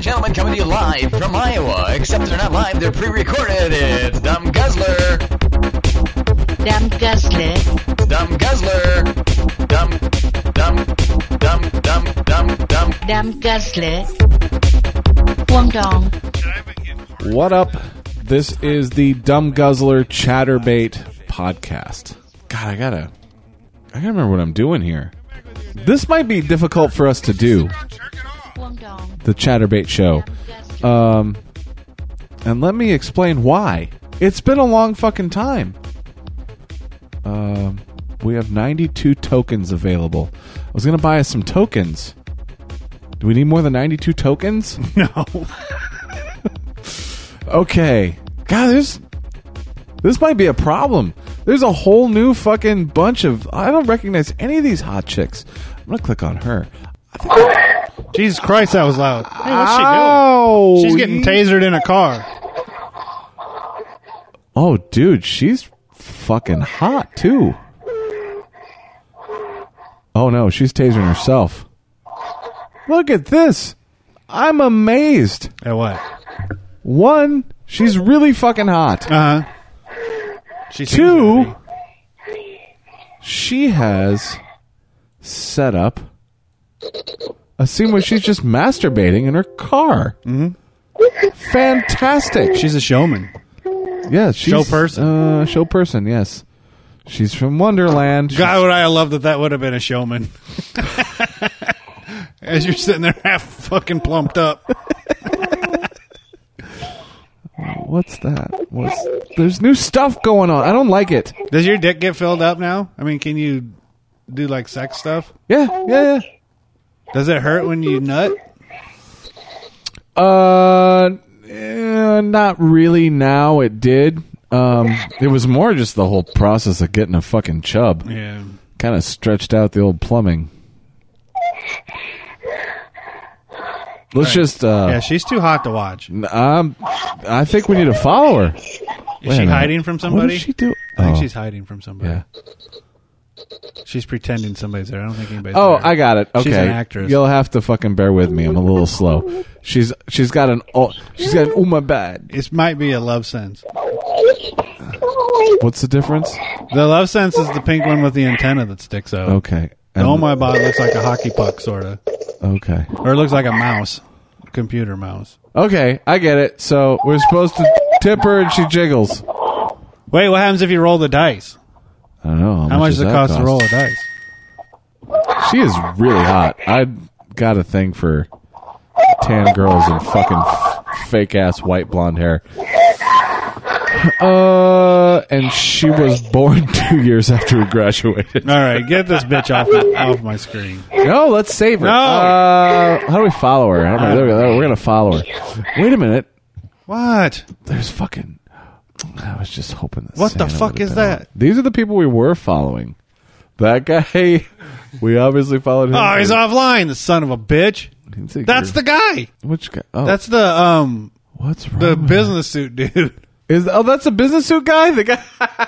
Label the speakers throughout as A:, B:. A: gentlemen, coming to you live from Iowa. Except they're not live, they're pre-recorded. It's Dumb Guzzler,
B: Dumb Guzzler.
A: Dumb Guzzler, Dumb, Dumb, Dumb, Dumb, Dumb, Dumb.
B: Dumb Guzzler. Wong Dong.
C: What up? This is the Dumb Guzzler Chatterbait podcast. God, I gotta, I gotta remember what I'm doing here. This might be difficult for us to do
B: Wong Dong.
C: the Chatterbait show, um, and let me explain why. It's been a long fucking time. Um, we have 92 tokens available. I was gonna buy us some tokens. Do we need more than 92 tokens?
D: No.
C: Okay. God, there's this might be a problem. There's a whole new fucking bunch of I don't recognize any of these hot chicks. I'm gonna click on her.
D: Jesus Christ, that was loud. Hey, what's she doing?
C: Ow!
D: She's getting tasered in a car.
C: Oh, dude, she's fucking hot too. Oh no, she's tasering herself. Look at this. I'm amazed.
D: At what?
C: One, she's really fucking hot.
D: Uh huh. She seems
C: Two,
D: ready.
C: she has set up a scene where she's just masturbating in her car. Mm-hmm. Fantastic. She,
D: She's a showman.
C: yeah, she's,
D: Show person.
C: Uh, show person, yes. She's from Wonderland.
D: God, would I love that that would have been a showman. As you're sitting there half fucking plumped up.
C: She's- What's that? What's, there's new stuff going on. I don't like it.
D: Does your dick get filled up now? I mean, can you do like sex stuff?
C: Yeah, yeah, yeah.
D: Does it hurt when you nut?
C: Uh, eh, not really. Now it did. Um, it was more just the whole process of getting a fucking chub.
D: Yeah.
C: Kind of stretched out the old plumbing. Let's just.
D: Yeah,
C: Uh,
D: she's too hot to watch. Is
C: um, I think we need a follower. Is
D: she hiding from
C: What
D: somebody?
C: did she do?
D: I think
C: Oh,
D: she's hiding from somebody.
C: yeah.
D: She's pretending somebody's there. I don't think anybody's
C: Oh,
D: there.
C: I got it. Okay,
D: She's an actress.
C: You'll have to fucking bear with me. I'm a little slow. She's she's got an oh she's got an oh my bad.
D: It might be a love sense.
C: What's the difference?
D: The love sense is the pink one with the antenna that sticks out.
C: Okay.
D: The oh my bod looks like a hockey puck, sort of,
C: Okay.
D: or it looks like a mouse, a computer mouse.
C: Okay, I get it. So we're supposed to tip her and she jiggles. I
D: Wait, what happens if you roll the dice?
C: don't know. How,
D: How much does it
C: that
D: cost to roll a dice?
C: She is really hot. I got a thing for tan girls and fucking f- fake ass white blonde hair. Uh, and she was born two years after we graduated.
D: All right, get this bitch off off my screen.
C: No, let's save her.
D: No.
C: Uh, how do we follow her? I don't know. There we go. We're gonna follow her. Wait a minute.
D: What?
C: There's fucking. I was just hoping that.
D: What the
C: Santa
D: fuck
C: would've
D: is
C: been on.
D: that?
C: These are the people we were following. That guy, we obviously followed him.
D: Oh, he's offline. The son of a bitch. That's the guy.
C: which guy? Oh,
D: That's the um
C: what's wrong.
D: the
C: with-
D: business suit dude.
C: is oh, that's a business suit guy. The guy.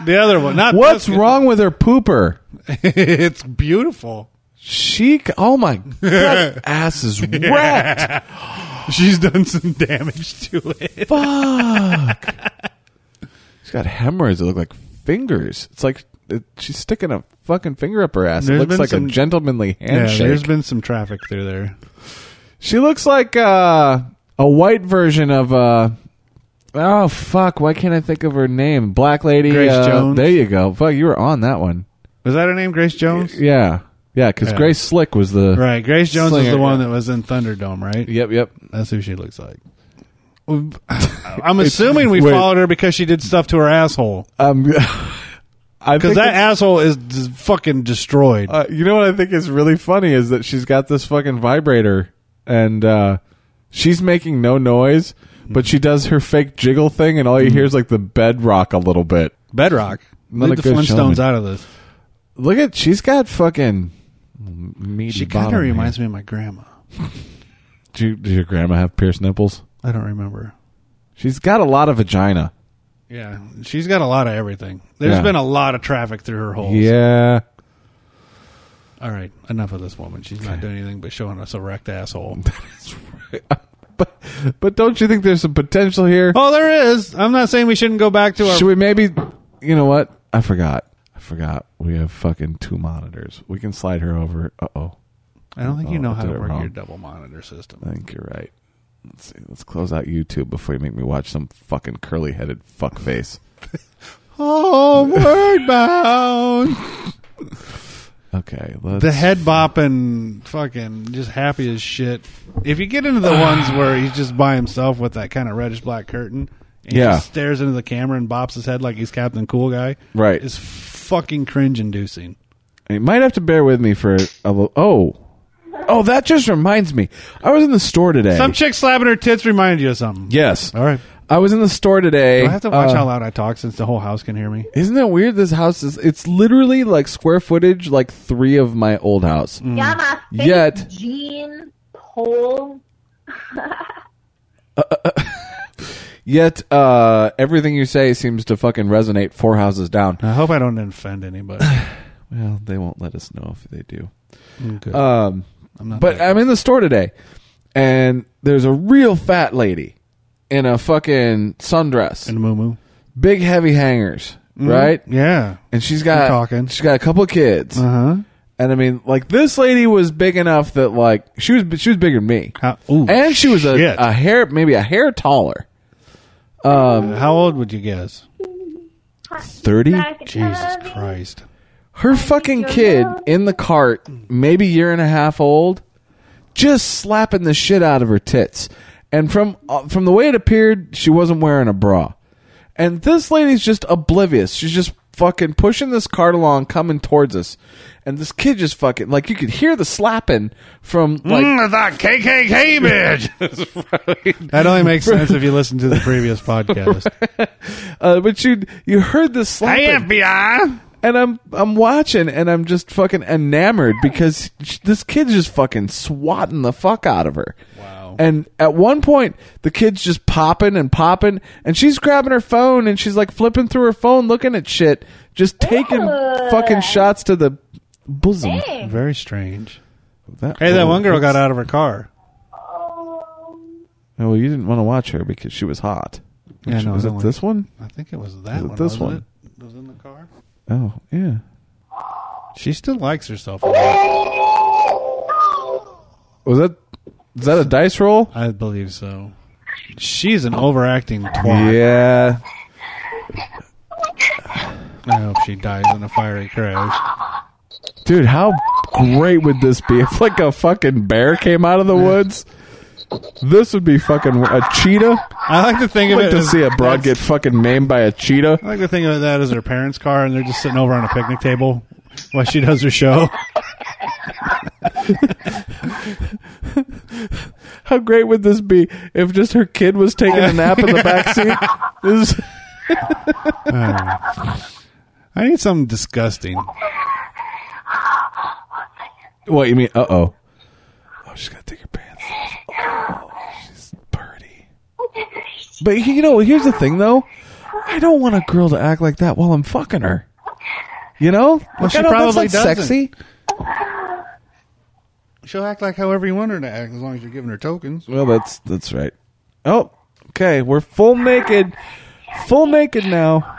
D: The other one. Not
C: What's
D: this-
C: wrong with her pooper?
D: it's beautiful.
C: She. c- Oh my, that ass is wrecked.
D: She's done some damage to it.
C: Fuck. She's got hemorrhoids that look like fingers. It's like it, she's sticking a fucking finger up her ass.
D: There's
C: it looks
D: been
C: like a
D: some-
C: gentlemanly
D: Yeah,
C: handshake.
D: there's been some traffic through there.
C: She looks like uh, a white version of uh oh fuck, why can't I think of her name? Black lady.
D: Grace
C: uh,
D: Jones?
C: There you go. Fuck, you were on that one.
D: Was that her name, Grace Jones?
C: Yeah, yeah, because
D: Yeah.
C: Grace Slick was the
D: Right. Grace Jones is
C: Slinger,
D: the one
C: yeah.
D: that was in Thunderdome, right?
C: Yep, yep.
D: That's who she looks like. I'm assuming we
C: Wait.
D: followed her because she did stuff to her asshole.
C: Um, I think
D: Because that
C: it's-
D: asshole is d- fucking destroyed.
C: uh, you know what I think is really funny is that she's got this fucking vibrator and uh, she's making no noise, but she does her fake jiggle thing, and all you hear is like the bedrock a little bit.
D: Bedrock.
C: Not
D: Leave
C: a
D: the
C: good
D: Flintstones
C: showman.
D: out of this.
C: Look at she's got fucking. Meaty
D: She kind
C: bottom
D: of
C: here.
D: reminds me of my grandma.
C: Did, you, did your grandma have pierced nipples?
D: I don't remember.
C: She's got a lot of vagina.
D: Yeah, she's got a lot of everything. There's
C: Yeah.
D: been a lot of traffic through her holes.
C: Yeah.
D: All right, enough of this woman. She's not doing anything but showing us a wrecked asshole.
C: But But don't you think there's some potential here?
D: Oh, there is. I'm not saying we shouldn't go back to our.
C: Should we maybe? You know what? I forgot. I forgot. We have fucking two monitors. We can slide her over. Uh oh.
D: I don't think you
C: Oh,
D: know
C: I
D: how
C: did
D: to
C: it
D: work
C: wrong.
D: your double monitor system.
C: I think you're right. Let's see. Let's close out YouTube before you make me watch some fucking curly headed fuckface.
D: Homeward bound.
C: Okay. Let's,
D: The head bopping, fucking just happy as shit. If you get into the ones where he's just by himself with that kind of reddish black curtain, and
C: Yeah.
D: he just stares into the camera and bops his head like he's Captain Cool Guy,
C: Right.
D: is fucking cringe inducing.
C: You might have to bear with me for a little. Oh. Oh, that just reminds me. I was in the store today.
D: Some chick slapping her tits remind you of something.
C: yes.
D: All right.
C: I was in the store today.
D: Do I have to watch
C: uh,
D: how loud I talk since the whole house can hear me?
C: Isn't that weird? This house is. It's literally like square footage, like three of my old house.
D: Mm.
E: Yeah, my face,
C: Yet-
E: Jean, pole.
C: Yet, uh, everything you say seems to fucking resonate four houses down.
D: I hope I don't offend anybody.
C: Well, they won't let us know if they do.
D: Okay.
C: Um,
D: I'm not
C: but
D: that-
C: I'm in the store today, and there's a real fat lady in a fucking sundress,
D: and moo moo.
C: big heavy hangers, right?
D: Yeah.
C: And she's got
D: You're talking.
C: she's got a couple kids,
D: Uh huh.
C: and I mean, like this lady was big enough that like she was she was bigger than me,
D: How, ooh,
C: and she was a,
D: shit.
C: a hair maybe a hair taller,
D: How old would you guess?
C: thirty.
D: Jesus Christ.
C: Her fucking kid in the cart, maybe year and a half old, just slapping the shit out of her tits. And from uh, from the way it appeared, she wasn't wearing a bra. And this lady's just oblivious. She's just fucking pushing this cart along, coming towards us. And this kid just fucking like you could hear the slapping from like mm,
D: the KKK bitch. That only makes sense if you listen to the previous podcast.
C: uh, but you you heard the slapping.
D: FBI.
C: and I'm I'm watching and I'm just fucking enamored because sh- this kid's just fucking swatting the fuck out of her.
D: Wow.
C: And at one point, the kid's just popping and popping, and she's grabbing her phone and she's like flipping through her phone, looking at shit, just taking
E: Ew.
C: fucking shots to the bosom.
D: Very strange.
C: That-
D: Hey, that one girl got
C: that's-
D: out of her car.
C: Oh, well, you didn't want to watch her because she was hot.
D: Yeah, no, I
C: was
D: don't
C: it
D: like-
C: this one?
D: I think it was that
C: it
D: one.
C: this
D: wasn't it?
C: one?
D: It was in the car.
C: Oh, yeah.
D: She still likes herself. a lot.
C: Was that is that a dice roll?
D: I believe so. She's an overacting twat.
C: Yeah,
D: I hope she dies in a fiery crash.
C: Dude, how great would this be if like a fucking bear came out of the woods? This would be fucking a cheetah.
D: I like to think
C: I'd
D: of
C: like
D: it
C: to
D: as-
C: see a broad
D: that's-
C: get fucking maimed by a cheetah.
D: I like to think of that as her parents' car, and they're just sitting over on a picnic table while she does her show.
C: How great would this be if just her kid was taking a nap in the back seat? This is-
D: I need something disgusting.
C: what you mean? Uh oh. Oh, she's gotta take her pants off. Oh, she's pretty. But you know, here's the thing though. I don't want a girl to act like that while I'm fucking her. You know, well,
D: she probably doesn't.
C: sexy.
D: She'll act like however you want her to act, as long as you're giving her tokens.
C: Well, that's that's right. Oh, okay. We're full naked, full naked now.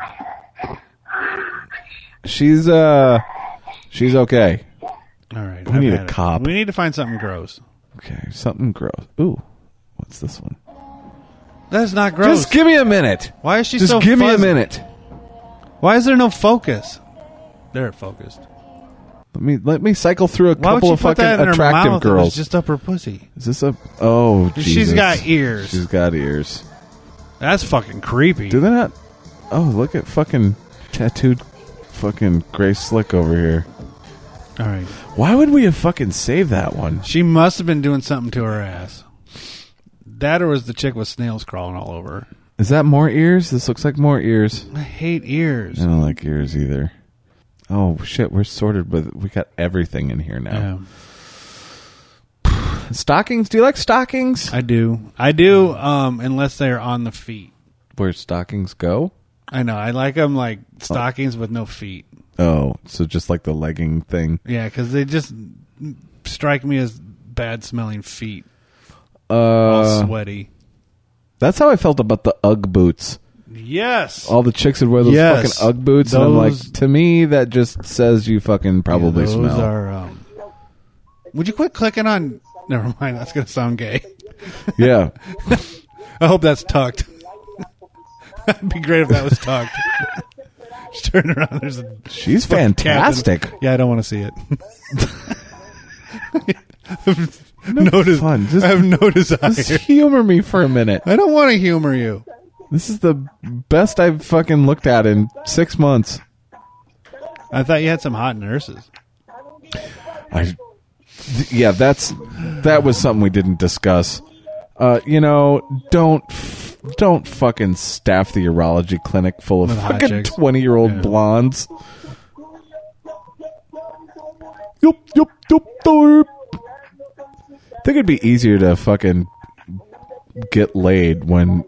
C: She's uh, she's okay.
D: All right,
C: We
D: I've
C: need a
D: had it.
C: cop.
D: We need to find something gross.
C: Okay, something gross. Ooh, what's this one?
D: That's not gross.
C: Just give me a minute.
D: Why is she
C: Just
D: so
C: give me a
D: fuzzy?
C: minute.
D: Why is there no focus? They're focused.
C: Let me let me cycle through a
D: Why would
C: couple
D: you
C: of
D: put
C: fucking
D: that in her
C: attractive
D: mouth? It
C: girls.
D: was just up her pussy.
C: Is this a? Oh, Jesus.
D: She's got ears.
C: She's got ears.
D: That's fucking creepy.
C: Do they not? Oh, look at fucking tattooed, fucking Grace Slick over here.
D: All right,
C: Why would we have fucking saved that one?
D: she must have been doing something to her ass. That or was the chick with snails crawling all over. her.
C: Is that more ears? This looks like more ears.
D: I hate ears.
C: I don't like ears either. Oh shit, we're sorted with we got everything in here now.
D: Yeah.
C: Stockings? Do you like stockings?
D: I do. I do. Um, unless they're on the feet.
C: Where stockings go?
D: I know. I like them like stockings with no feet.
C: Oh, so just like the legging thing.
D: Yeah, because they just strike me as bad smelling feet, all
C: Uh
D: sweaty.
C: That's how I felt about the UGG boots.
D: Yes.
C: All the chicks would wear those
D: Yes.
C: fucking UGG boots, and I'm like,
D: Those-
C: to me, that just says you fucking probably
D: Those
C: smell.
D: are. Um, would you quit clicking on? Never mind. That's gonna sound gay.
C: yeah,
D: I hope that's tucked. That'd be great if that was tucked. Just turn around. There's a
C: she's
D: Captain.
C: fantastic.
D: Yeah, I don't want to see it. Notice,
C: fun. Just-
D: I have no desire.
C: Just humor me for a minute.
D: I don't want to humor you.
C: This is the best I've fucking looked at in six months.
D: I thought you had some hot nurses.
C: I, th- yeah, that's that was something we didn't discuss. Uh, you know, don't f- don't fucking staff the urology clinic full of
D: With hot
C: fucking
D: chicks.
C: twenty year old
D: Yeah.
C: blondes. Yup, yup, yup, derp. Think it'd be easier to fucking get laid when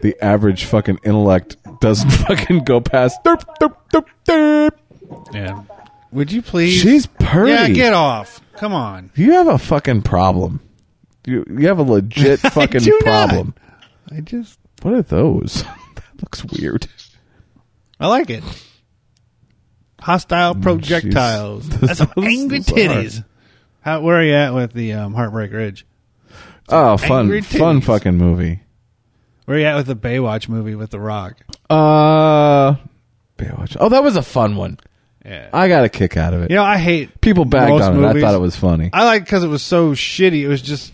C: the average fucking intellect doesn't fucking go past derp, derp, derp, derp.
D: Yeah. Would you please?
C: She's purdy.
D: Yeah, get off. Come on.
C: You have a fucking problem. You you have a legit fucking
D: do not.
C: problem.
D: I just
C: What are those? that looks weird.
D: I like it. Hostile projectiles. That's some
C: Those-
D: angry
C: those are.
D: titties. How, where are you at with the um, Heartbreak Ridge?
C: Oh, fun,
D: Angry
C: fun
D: titties.
C: fucking movie.
D: Where are you at with the Baywatch movie with The Rock?
C: Uh, Baywatch. Oh, that was a fun one.
D: Yeah.
C: I got a kick out of it.
D: you know, I hate
C: people backed
D: most
C: on it. I
D: movies.
C: thought it was funny.
D: I like because it was so shitty. It was just.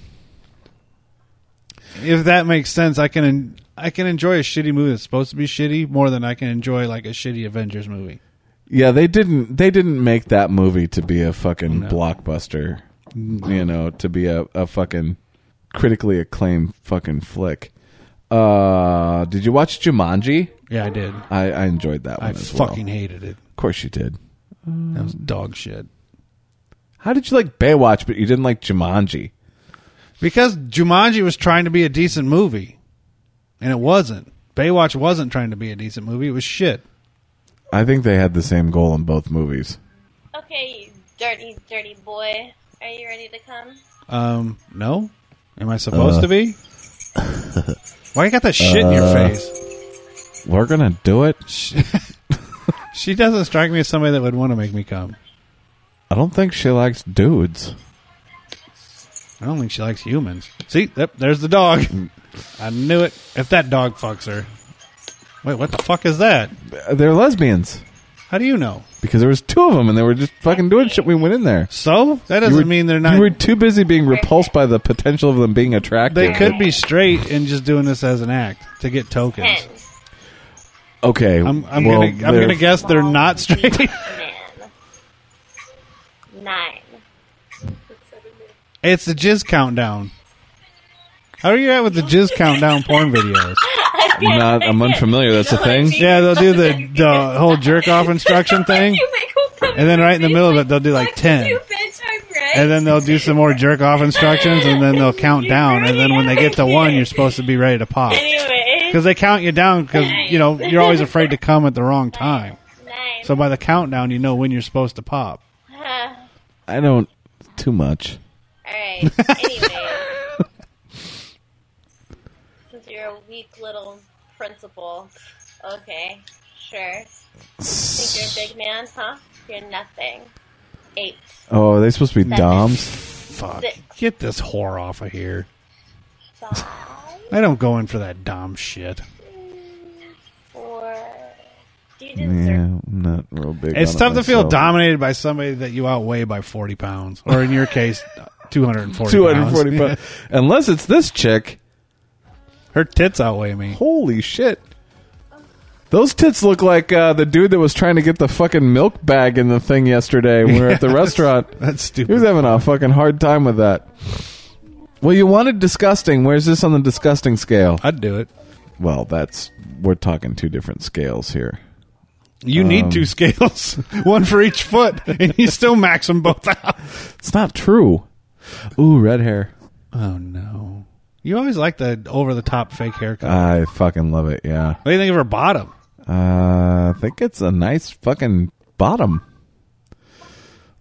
D: If that makes sense, I can I can enjoy a shitty movie that's supposed to be shitty more than I can enjoy like a shitty Avengers movie.
C: yeah, they didn't. They didn't make that movie to be a fucking blockbuster. You know, to be a, a fucking critically acclaimed fucking flick. Uh, did you watch Jumanji?
D: Yeah, I did.
C: I, I enjoyed that one
D: I
C: as well. Mm.
D: fucking hated it.
C: Of course you did.
D: That was dog shit.
C: How did you like Baywatch, but you didn't like Jumanji?
D: Because Jumanji was trying to be a decent movie, and it wasn't. Baywatch wasn't trying to be a decent movie. It was shit.
C: I think they had the same goal in both movies.
F: Okay, you dirty, dirty boy. Are you ready to come?
D: Um, no, am I supposed to be?
C: Uh.
D: Why you got that shit in your face?
C: We're gonna do it.
D: She doesn't strike me as somebody that would want to make me come.
C: I don't think she likes dudes.
D: I don't think she likes humans. See, yep, there's the dog. I knew it. If that dog fucks her, wait, what the fuck is that?
C: They're lesbians
D: How do you know?
C: because there was two of them, and they were just fucking doing shit. We went in there.
D: So that doesn't
C: You were-
D: mean they're not.
C: You were too busy being repulsed by the potential of them being attractive.
D: they could be straight and just doing this as an act to get tokens.
F: Ten.
C: Okay,
D: I'm, I'm
C: well,
D: gonna I'm
C: they're-
D: gonna guess they're not straight.
F: Man. Nine.
D: it's the jizz countdown. How are you at with the jizz countdown porn videos?
C: I'm not. I'm unfamiliar. That's a thing.
D: Yeah, they'll do the, the whole jerk off instruction thing, and then right in the middle of it, they'll do like ten, and then they'll do some more jerk off instructions, and then they'll count down, and then when they get to one, you're supposed to be ready to pop
F: Anyway.
D: because they count you down because you know you're always afraid to come at the wrong time.
F: Nine.
D: So by the countdown, you know when you're supposed to pop.
F: Huh.
C: I don't too much.
F: Alright, anyway. Since you're a weak little principal. Okay, sure. Think you're a big man, huh? You're nothing. Eight.
C: Oh, are they supposed to be doms?
D: Fuck!
F: Six.
D: Get this whore off of here.
F: Five.
D: I don't go in for that dumb shit.
F: Four. Do you
C: Yeah,
F: deserve
C: I'm not real big.
D: It's
C: on it
D: tough to feel
C: myself.
D: dominated by somebody that you outweigh by 40 pounds, or in your case, 240 pounds.
C: 240 bucks. Unless it's this chick.
D: Her tits outweigh me.
C: Holy shit. Those tits look like uh, the dude that was trying to get the fucking milk bag in the thing yesterday when we were at the
D: Yes.
C: restaurant.
D: That's
C: He was
D: stupid.
C: having a fucking hard time with that. Well, you wanted disgusting. Where's this on the disgusting scale?
D: I'd do it.
C: Well, that's we're talking two different scales here.
D: You need two scales, one for each foot, and you still max them both out.
C: It's not true. Ooh, red hair.
D: Oh, no. You always like the over the top fake haircut.
C: I fucking love it. Yeah.
D: what do you think of her bottom?
C: Uh, I think it's a nice fucking bottom.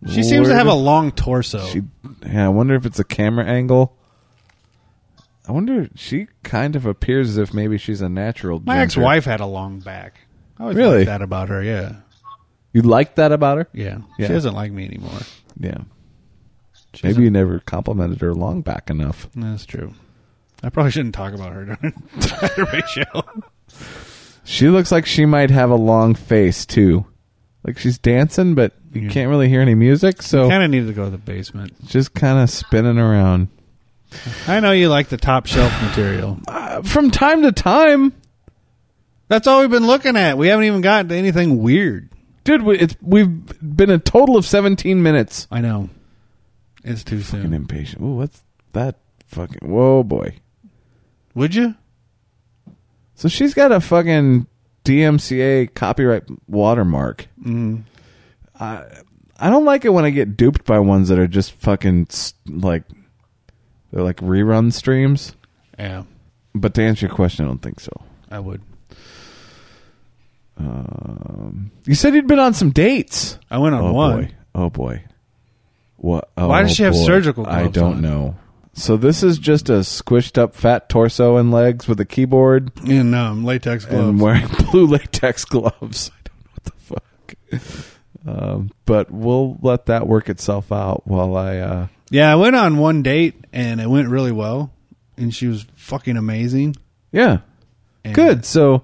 D: She seems to
C: Lord.
D: have a long torso.
C: She, yeah, I wonder if it's a camera angle. I wonder. She kind of appears as if maybe she's a natural.
D: My
C: ginger.
D: ex-wife had a long back. I always
C: Really?
D: liked that about her. Yeah,
C: You liked that about her?
D: yeah.
C: Yeah.
D: She doesn't like me anymore.
C: Yeah. maybe you never complimented her long back enough.
D: That's true. I probably shouldn't talk about her during the show.
C: She looks like she might have a long face too. Like she's dancing, but you
D: Yeah.
C: can't really hear any music, so
D: Kind of needed to go to the basement.
C: just kind of spinning around.
D: I know you like the top shelf material.
C: Uh, From time to time,
D: That's all we've been looking at. We haven't even gotten to anything weird.
C: dude, we, it's we've been a total of 17 minutes.
D: I know. It's too
C: Fucking
D: soon.
C: impatient. Ooh, what's that fucking Whoa, boy.
D: Would you?
C: So she's got a fucking DMCA copyright watermark.
D: Mm.
C: I I don't like it when I get duped by ones that are just fucking s- like they're like rerun streams.
D: Yeah,
C: But to answer your question, I don't think so.
D: I would.
C: Um, You said you'd been on some dates.
D: I went on
C: Oh
D: one.
C: boy. Oh boy. What? Oh,
D: Why does she have
C: boy.
D: surgical
C: I
D: gloves
C: don't
D: on?
C: know. So this is just a squished up fat torso and legs with a keyboard
D: In um, latex gloves.
C: and wearing blue latex gloves. I don't know what the fuck. Um, but we'll let that work itself out while I. Uh,
D: yeah, I went on one date and it went really well. And she was fucking amazing.
C: yeah,
D: And-
C: good. So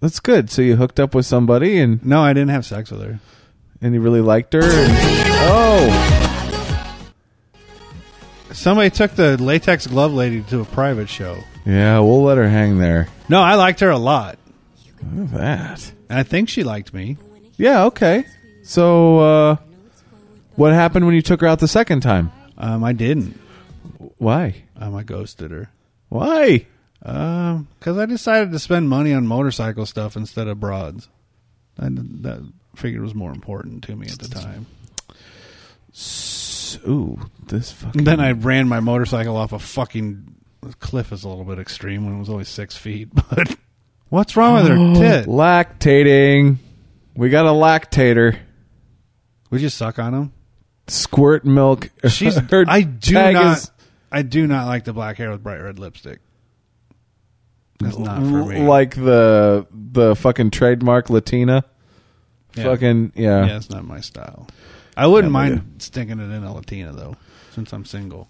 C: that's good. So you hooked up with somebody and
D: No, I didn't have sex with her.
C: and you really liked her. And, oh,
D: Somebody took the latex glove lady to a private show.
C: yeah. We'll let her hang there.
D: No, I liked her a lot.
C: Look at that.
D: And I think she liked me.
C: Yeah. Okay. So uh, what happened when you took her out the second time?
D: Um, I didn't.
C: Why?
D: Um, I ghosted her.
C: Why?
D: Um, because I decided to spend money on motorcycle stuff instead of broads. I that figured was more important to me at the time.
C: Ooh, this fucking.
D: And then I ran my motorcycle off a fucking cliff. Is a little bit extreme when it was only six feet. But what's wrong with
C: Oh.
D: her tit?
C: lactating. We got a lactator.
D: Would you suck on him?
C: squirt milk.
D: She's.
C: her
D: I do
C: tag
D: not.
C: is
D: I do not like the black hair with bright red lipstick. That's not for me.
C: like the the fucking trademark Latina.
D: Yeah.
C: Fucking yeah.
D: Yeah, it's not my style. I wouldn't
C: Yeah, me
D: mind sticking it in a Latina though, since I'm single.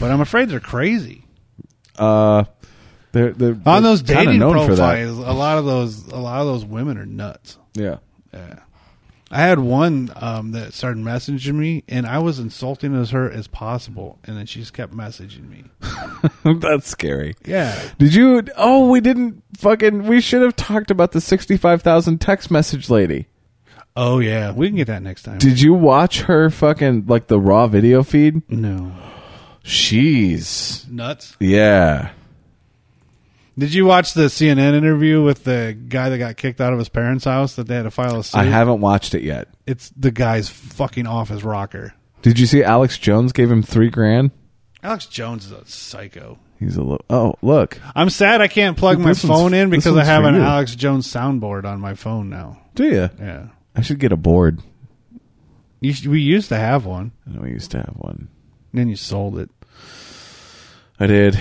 D: But I'm afraid they're crazy
C: Uh, they're they're
D: on
C: they're
D: those
C: kinda
D: dating
C: known for that.
D: profiles. A lot of those, a lot of those women are nuts.
C: Yeah.
D: Yeah. I had one um, that started messaging me, and I was insulting as her as possible, and then she just kept messaging me.
C: That's scary.
D: Yeah,
C: Did you? Oh, we didn't fucking. We should have talked about the sixty-five thousand text message lady.
D: oh yeah, we can get that next time.
C: Did you watch her fucking like the raw video feed?
D: no
C: She's
D: nuts.
C: yeah.
D: Did you watch the CNN interview with the guy that got kicked out of his parents' house that they had to file a suit?
C: I haven't watched it yet.
D: it's the guy's fucking off his rocker.
C: Did you see Alex Jones gave him three grand?
D: Alex Jones is a psycho.
C: He's a little. Oh, look,
D: I'm sad I can't plug
C: Look,
D: my
C: this one's-
D: phone in
C: this
D: because I
C: one's
D: have
C: for
D: an
C: you.
D: Alex Jones soundboard on my phone now.
C: do you?
D: Yeah.
C: I should get a board.
D: You, sh- we used to have one,
C: I know we used to have one.
D: and then you sold it
C: I did.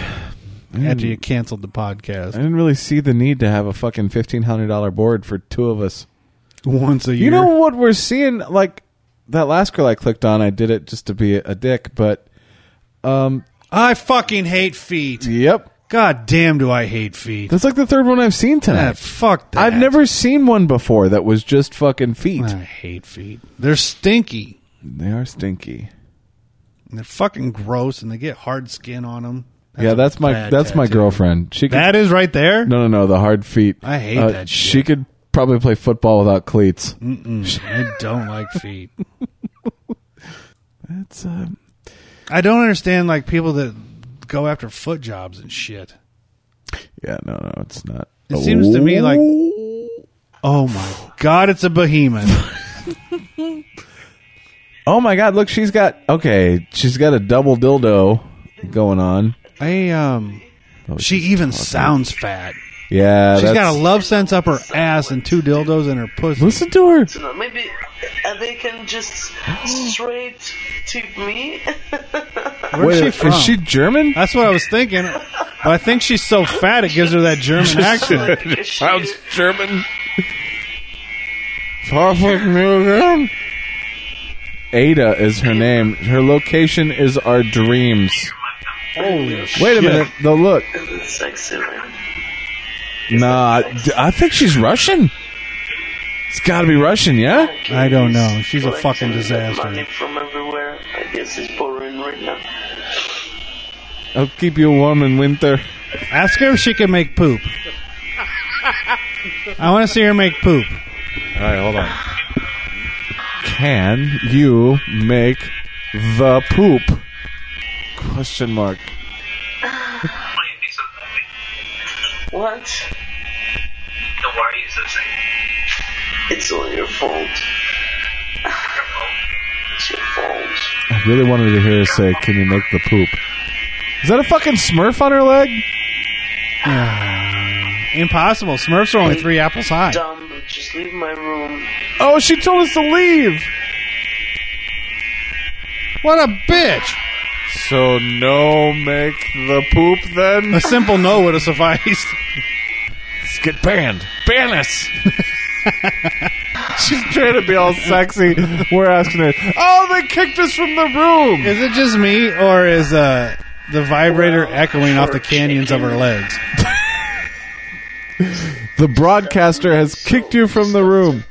D: after
C: Hmm.
D: you canceled the
C: I
D: podcast
C: didn't really see the need to have a fucking fifteen hundred dollar board for two of us.
D: once a year.
C: You know what we're seeing? Like that last girl I clicked on, I did it just to be a dick. But
D: I fucking hate feet.
C: yep,
D: God damn, do I hate feet.
C: that's like the third one I've seen
D: Ah,
C: tonight.
D: fuck that.
C: I've never seen one before that was just fucking feet.
D: I hate feet. They're stinky.
C: They are stinky.
D: And they're fucking gross, and they get hard skin on them.
C: yeah, that's my
D: bad
C: that's my
D: tattoo.
C: girlfriend. She could,
D: That is right there.
C: no no no the hard feet. Uh,
D: I hate that
C: She
D: shit. Mm.
C: could probably play football without cleats.
D: I don't like feet.
C: That's uh,
D: I don't understand like people that go after foot jobs and shit.
C: yeah no no it's not.
D: It seems to me like Oh my god, it's a behemoth.
C: Oh my god, look, she's got okay, she's got a double dildo going on.
D: I um
C: Oh,
D: she even sounds fat.
C: Yeah,
D: She's
C: that's,
D: got a love sense up her ass and two dildos in her pussy.
C: Listen to her.
G: Maybe I and they can just straight to me.
D: Where's
C: Wait,
D: she from?
C: is she German?
D: That's what I was thinking. But I think she's so fat it gives her that German accent.
C: Sounds German. Perfect Museum. Ada is her name. Her location is our dreams.
D: Holy shit.
C: Wait a minute, though. Look,
G: Sexy. right?
C: nah, d- I think she's Russian. It's got to be Russian, yeah.
D: I don't know. She's a
G: Collecting
D: fucking disaster.
G: Money from everywhere. I guess it's boring right now.
C: I'll keep you warm in winter.
D: Ask her if she can make poop. I want to see her make poop.
C: All right, hold on. Can you make the poop? Question mark.
G: What?
H: Don't worry, it's the same.
G: It's all your fault. It's your fault.
C: I really wanted to hear her say, "Can you make the poop?" Is that a fucking Smurf on her leg?
D: Impossible. Smurfs are only three apples high.
G: Dumb. Just leave my room.
C: Oh, she told us to leave.
D: What a bitch!
C: So no, make the poop then.
D: A simple no would have sufficed.
C: Let's get banned. Ban us. She's trying to be all sexy. We're asking her. Oh, they kicked us from the room.
D: Is it just me, or is uh, the vibrator echoing off the canyons of her legs?
C: The broadcaster has kicked you from the room.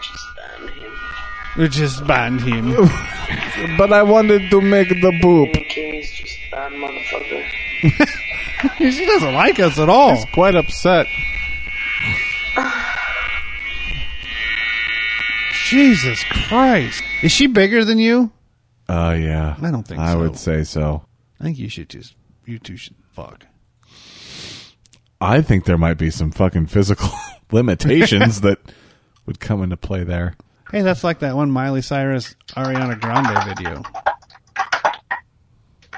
G: Just ban him.
D: We just banned him.
C: But I wanted to make the poop.
G: In case, just ban motherfucker.
D: she doesn't like us at all.
C: Quite upset.
D: Jesus Christ. Is she bigger than you?
C: Oh yeah.
D: I don't think
C: I
D: so.
C: would say so.
D: I think you should just. You two should fuck.
C: I think there might be some fucking physical limitations that would come into play there.
D: Hey, that's like that one Miley Cyrus Ariana Grande video.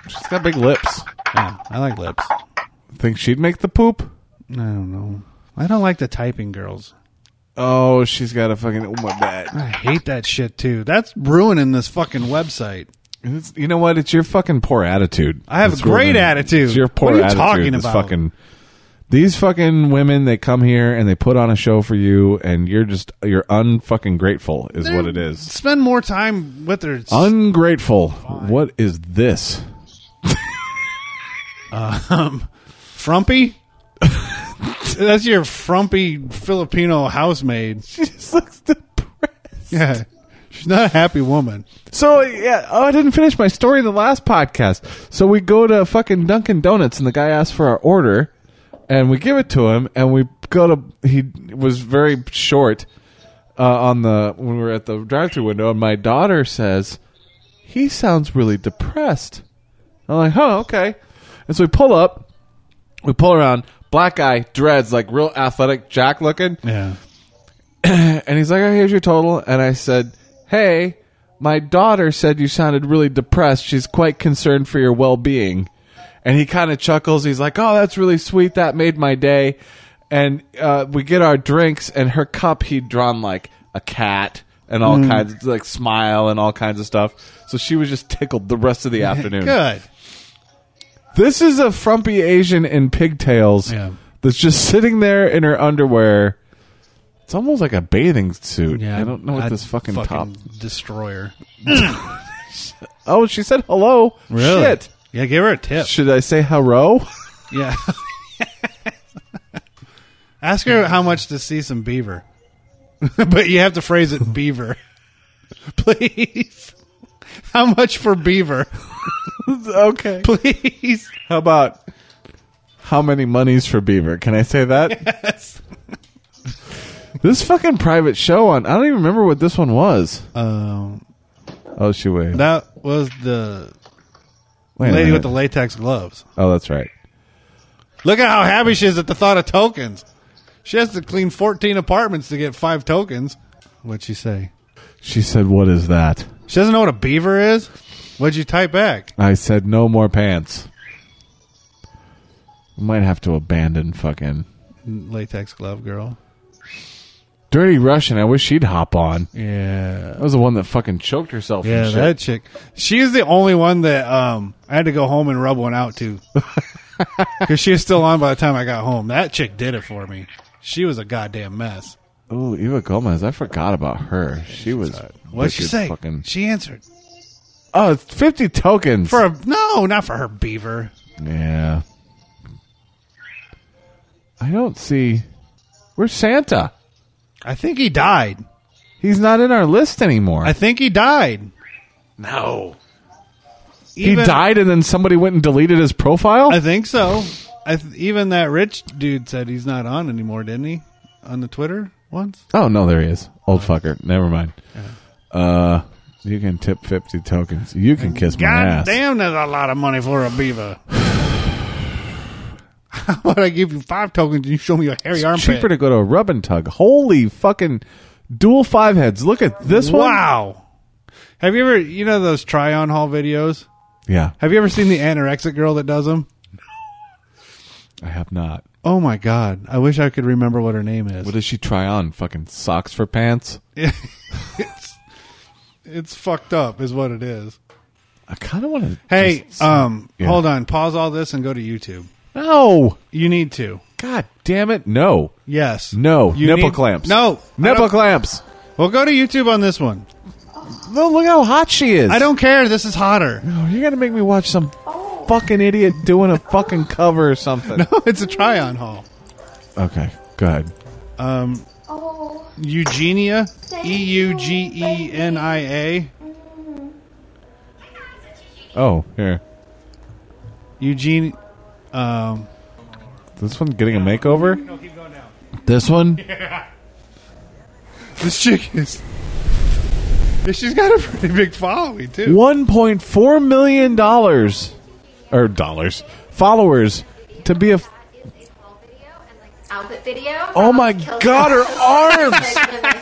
C: She's got big lips.
D: Yeah, I like lips.
C: Think she'd make the poop?
D: I don't know. I don't like the typing girls.
C: Oh, she's got a fucking oh my bad.
D: I hate that shit too. That's ruining this fucking website.
C: It's, you know what? It's your fucking poor attitude.
D: I have
C: That's
D: a great
C: ruining-
D: attitude.
C: It's your
D: What
C: poor
D: are you
C: attitude.
D: talking
C: This
D: about?
C: Fucking, these fucking women, they come here and they put on a show for you, and you're just you're unfucking grateful is what it is.
D: Spend more time with her.
C: Ungrateful. What is this?
D: frumpy? That's your frumpy Filipino housemaid.
C: She just looks depressed.
D: Yeah. She's not a happy woman.
C: So yeah, oh, I didn't finish my story in the last podcast. So we go to fucking Dunkin' Donuts, and the guy asks for our order, and we give it to him, and we go to. He was very short uh, on the when we were at the drive-through window, and my daughter says he sounds really depressed. I'm like, huh, okay. And so we pull up, we pull around, black guy, dreads, like real athletic, jack looking,
D: Yeah.
C: and he's like, oh, here's your total. And I said, hey, my daughter said you sounded really depressed. She's quite concerned for your well being. And he kind of chuckles. He's like, oh, that's really sweet. That made my day. And uh, we get our drinks, and her cup, he'd drawn like a cat and all kinds of like smile and all kinds of stuff. So she was just tickled the rest of the afternoon.
D: Good.
C: This is a frumpy Asian in pigtails
D: Yeah.
C: that's just sitting there in her underwear. It's almost like a bathing suit. I don't know what
D: I'd
C: this fucking, top.
D: destroy her.
C: Oh, she said hello. Shit.
D: Yeah, give her a tip.
C: Should I say hello?
D: Yeah. Ask her how much to see some beaver. but you have to phrase it beaver. Please. How much for beaver?
C: okay.
D: Please.
C: How about how many monies for Beaver? Can I say that?
D: Yes.
C: This fucking private show on. I don't even remember what this one was.
D: Um,
C: Oh, she waved.
D: that was the
C: Wait a
D: lady with the
C: minute.
D: latex gloves.
C: oh, that's right.
D: Look at how happy she is at the thought of tokens. She has to clean 14 apartments to get five tokens. What'd she say?
C: She said, "What is that?"
D: She doesn't know what a beaver is? What'd you type back?
C: I said no more pants. Might have to abandon fucking.
D: Latex glove girl.
C: Dirty Russian. I wish she'd hop on.
D: Yeah.
C: That was the one that fucking choked herself. and
D: Yeah,
C: shit.
D: that chick. She is the only one that um I had to go home and rub one out to, because she was still on by the time I got home. That chick did it for me. She was a goddamn mess.
C: Ooh, Eva Gomez. I forgot about her. She was.
D: What'd she
C: wicked
D: say?
C: Fucking,
D: She answered
C: oh, it's 50 tokens.
D: for a, no, not for her beaver.
C: yeah. I don't see. Where's Santa?
D: I think he died.
C: He's not in our list anymore.
D: I think he died.
C: no. He
D: Even-
C: died and then somebody went and deleted his profile?
D: I think so. I th- even that rich dude said he's not on anymore, didn't he? On the Twitter once.
C: oh, no, there he is. Old fucker. Never mind. Uh, you can tip 50 tokens. You can kiss my
D: God
C: ass.
D: damn, that's a lot of money for a beaver. How about I give you five tokens and you show me your hairy armpit?
C: cheaper to go to a rub and tug. Holy fucking dual five heads. Look at this one.
D: Wow. Have you ever, you know, those try on haul videos?
C: Yeah,
D: Have you ever seen the anorexic girl that does them?
C: I have not.
D: Oh my God. I wish I could remember what her name is.
C: What does she try on? Fucking socks for pants?
D: it's, it's fucked up, is what it is.
C: I kind of want to.
D: Hey, um,
C: Yeah.
D: hold on. Pause all this and go to YouTube.
C: No.
D: You need to.
C: God damn it. No.
D: Yes.
C: No.
D: You
C: Nipple
D: need-
C: clamps.
D: No. I
C: Nipple
D: don't-
C: clamps.
D: Well, go to YouTube on this one.
C: No, look how hot she is.
D: I don't care. This is hotter.
C: Oh, you're going to make me watch some fucking idiot doing a fucking cover or something.
D: it's a try on haul.
C: Okay. Go ahead.
D: Um, Eugenia, E U G E N I A,
C: Oh, here.
D: Eugene. Um,
C: This one getting a makeover? This one?
D: this chick is. She's got a pretty big following too.
C: one point four million dollars or dollars followers to be a. F-
I: outfit video.
C: oh my god, her arms!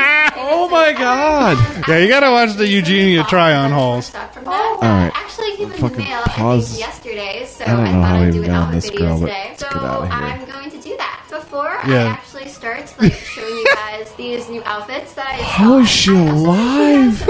C: Oh my god!
D: Yeah, you gotta watch the Eugenia try on hauls.
I: All
C: right.
I: Actually, he was in the
C: Fucking
I: mail
C: pause.
I: pause. yesterday, so I,
C: don't know
I: thought
C: how we
I: I'd do an
C: got on
I: outfit
C: this
I: video
C: girl, but
I: today.
C: let's
I: so
C: get outta here.
I: I'm going to do that. Before I
D: Yeah.
I: actually start to, like showing you guys these new outfits that I
C: How is she alive?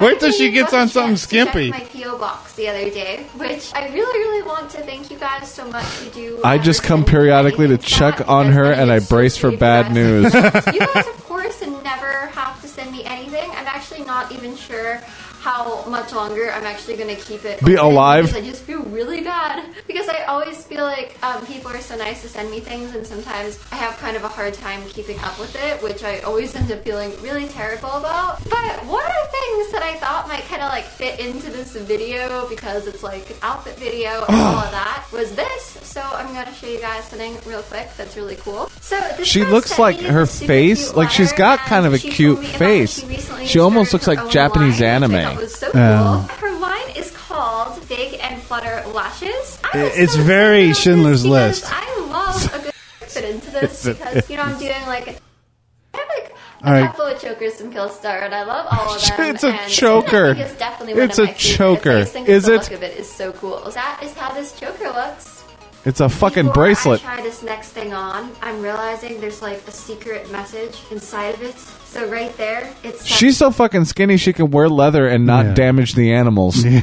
D: Wait till she gets on something skimpy.
I: My PO box the other day, which I really, really want to thank you guys so much. You do.
C: I just
I: everything
C: come periodically to
I: that you
C: check
I: guys
C: on her,
I: send
C: and
I: me.
C: I
I: It's so
C: brace for
I: sweet of you
C: bad
I: guys.
C: news.
I: you guys, of course, never have to send me anything. I'm actually not even sure how much longer I'm actually going to keep it.
C: Be
I: open
C: alive.
I: because I just feel really bad because I always feel like um, people are so nice to send me things, and sometimes I have kind of a hard time keeping up with it, which I always end up feeling really terrible about. But what are things that I thought might kind of like fit into this video because it's like an outfit video and
C: Ah.
I: all of that was this. So I'm going to show you guys something real quick that's really cool. So this
C: She
I: girl
C: looks
I: sent
C: like
I: me
C: her
I: this super
C: face,
I: cute
C: like she's
I: letter,
C: got
I: and
C: kind of a
I: she told
C: cute
I: me about how
C: face.
I: she recently
C: She almost looks
I: started
C: like
I: her own
C: Japanese
I: line, which I
C: anime.
I: thought was so
D: Oh.
I: cool. Her line is called Big and Flutter Lashes. I was
D: It's
I: so
D: very
I: excited about this
D: Schindler's
I: because
D: List.
I: I love a good fit into this because you know I'm doing like a I have like a
D: All right.
I: couple of chokers from Killstar, and I love all of
C: It's
I: them.
C: a
I: and I
C: choker.
I: think It's, definitely one
C: It's
I: of
C: a
I: my favorites.
C: choker.
I: I just think
C: Is
I: the
C: it-
I: Look of it is so cool. That is how this choker looks.
C: It's a fucking
I: Before
C: bracelet.
I: I try this next thing on. I'm realizing there's like a secret message inside of it. So right there, it's
C: She's so fucking skinny she can wear leather and not
D: Yeah.
C: damage the animals.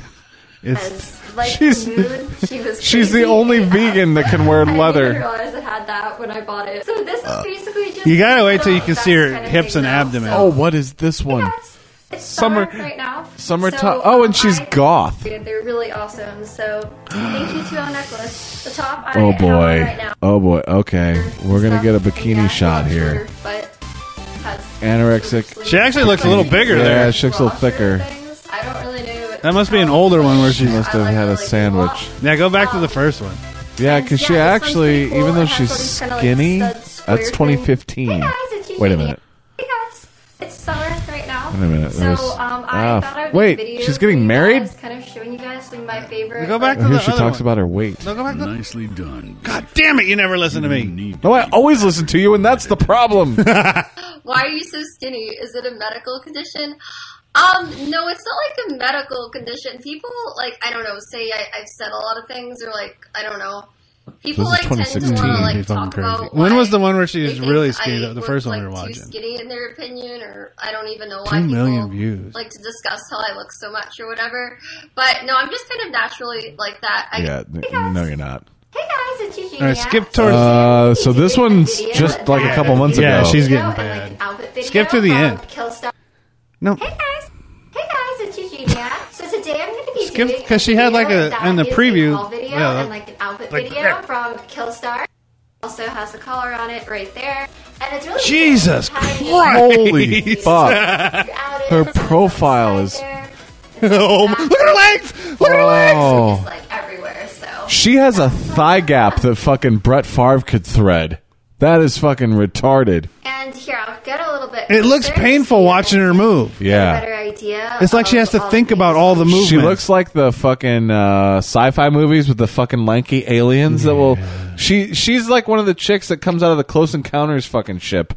D: It's
I: says, like
C: she's-
I: the moon. She was.
C: She's the
I: crazy.
C: only
I: Um,
C: vegan that can wear
I: I didn't
C: leather. Uh,
I: realize I had that when I bought it. So this is basically just.
D: you gotta wait till you can
I: That's
D: see her
I: kind of
D: hips
I: thing
D: and
I: now.
D: abdomen.
I: So
C: Oh, what is this one?
I: Yes, It's summer,
C: Summer-
I: right now.
C: summertime-
I: So,
C: oh, and
I: um,
C: she's
I: I-
C: goth.
I: They're really awesome. So thank you to our necklace. The top I
C: Oh
I: have on
C: boy.
I: right now.
C: Oh boy. Okay. We're going to
I: Stuff
C: get a
I: and
C: bikini
I: yeah,
C: shot here.
I: But has-
C: Anorexic.
D: She actually looks a little bigger
C: Yeah,
D: there.
C: she looks a little thicker.
I: Things, I don't really know.
D: That must be an older one where she
I: I
D: must
C: have
I: like
C: had a
I: really good
C: sandwich.
I: watch.
D: now go back to the first one.
C: Yeah,
I: And
C: because
I: yeah,
C: she
I: this one's
C: actually,
I: pretty cool.
C: even though
I: It has all
C: she's
I: these kinda, like,
C: skinny,
I: stud square
C: that's
I: things.
C: 2015.
I: Hey guys,
C: Wait
I: it's
C: a
I: Eugenia.
C: minute.
I: Hey guys, it's summer right now.
C: Wait a minute,
I: So,
C: there's-
I: um, I
C: ah,
I: thought I would
C: wait,
I: do a video
C: she's getting
I: for you
C: married?
I: guys, Kind of showing you guys some of my favorite.
D: Go back
I: like,
D: to
C: Here
D: the
C: she
D: other
C: talks
D: one.
C: about her weight.
D: No, go back. to-
J: Nicely done.
D: God damn it! You never listen to me.
J: Need
C: No, I always listen to you, and that's the problem.
I: Why are you so skinny? Is it a medical condition? Um, no, it's not like a medical condition. People, like, I don't know, say I, I've said a lot of things, or like, I don't know, People
C: This
I: like
C: is
I: tend to
C: 2016.
I: want to like
D: You're fucking
I: talk
D: crazy.
I: about
D: When
I: why
D: was the one where she
I: they
D: was
I: think
D: really
I: I
D: skinny? The, the
I: look,
D: first one we
I: like,
D: were
I: Too
D: watching.
I: skinny in their opinion, or I don't even know why.
D: Two million
I: people
D: views.
I: Like to discuss how I look so much or whatever. But no, I'm just kind of naturally like that. I,
C: Yeah,
I: Hey
C: n-
I: guys,
C: no, you're not.
I: Hey guys, it's Eugenia.
D: All right, skip towards.
C: Uh, so this one's just like a couple months ago.
D: Yeah, she's getting
I: and,
D: bad.
I: Like, an outfit video
D: Skip to the
I: from
D: end.
I: Killstar.
D: no,
I: Hey guys. Hey guys, it's Eugenia. So today I'm going to be
D: Skip-
I: doing a
D: 'cause she had, like,
I: video
D: a-
I: that
D: in the
I: is a
D: preview-
I: haul video
D: yeah,
I: and
D: that-
I: like an outfit
D: like,
I: video
D: yeah.
I: from Killstar. Also has the collar on it right there, and it's really
D: Jesus
I: Christ!
C: Holy fuck! Her profile is-
D: oh, look at her legs. Look at her legs.
I: Just
C: Oh,
I: like everywhere, so
C: she has a thigh gap that fucking Brett Favre could thread. That is fucking retarded.
I: and here I'll get a little
C: Oh.
I: bit.
D: It looks
I: closer to
D: painful
I: see
D: watching her move.
I: a
C: Yeah,
I: Better idea.
D: It's like she
I: of
D: has to
I: all
D: think
I: the
D: about
I: things.
D: all the movements.
C: she looks like the fucking uh, sci-fi movies with the fucking lanky aliens that will. She she's like one of the chicks that comes out of the Close Encounters fucking ship.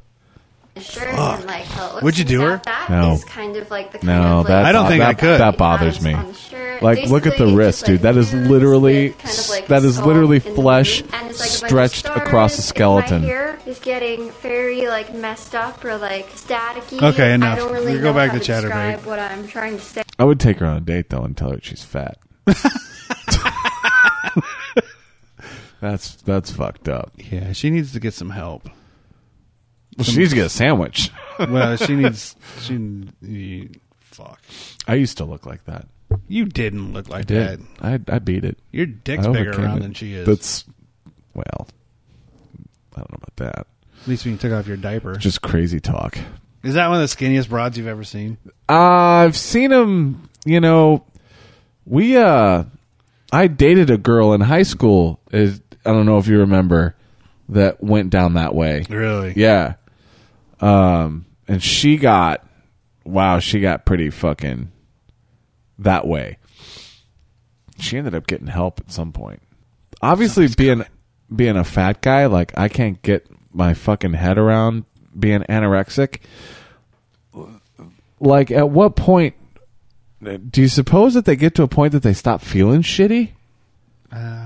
I: shirt and like how it looks
D: Would you
I: and
D: do
I: stuff.
D: her?
I: That
C: No.
I: is kind of like the kind
C: No,
I: of, like,
C: that
D: I don't think
C: that,
D: I could.
C: That bothers me.
I: on the shirt.
C: Like, look at the
I: Basically, it's
C: wrist,
I: just,
C: dude. That
I: like,
C: is
I: boobs
C: literally-
I: with kind of, like,
C: that is
I: skull
C: literally
I: in the
C: flesh
I: middle, and it's, like, a bunch of
C: stretched
I: stars,
C: across a
I: and
C: skeleton.
I: My hair is getting very like messed up or like staticky.
D: Okay,
I: I
D: enough.
I: don't really
D: We go
I: know
D: back
I: how
D: to Chatterbait.
I: describe What I'm trying to say.
C: I would take her on a date though and tell her she's fat. that's that's fucked up.
D: Yeah, she needs to get some help.
C: Well, she needs to get a sandwich.
D: Well, she needs. She. you- Fuck.
C: I used to look like that.
D: You didn't look like that.
C: I I beat it.
D: Your dick's
C: I
D: bigger
C: overcame
D: around
C: it.
D: than she is.
C: That's well, I don't know about that.
D: At least when you took off your diaper.
C: Just crazy talk.
D: Is that one of the skinniest broads you've ever seen?
C: I've seen him. You know, we uh, I dated a girl in high school. Is I don't know if you remember that went down that way.
D: Really?
C: Yeah. Um, and she got wow, she got pretty fucking that way. She ended up getting help at some point. Obviously, being being a fat guy, like I can't get my fucking head around being anorexic. Like, at what point do you suppose that they get to a point that they stop feeling shitty?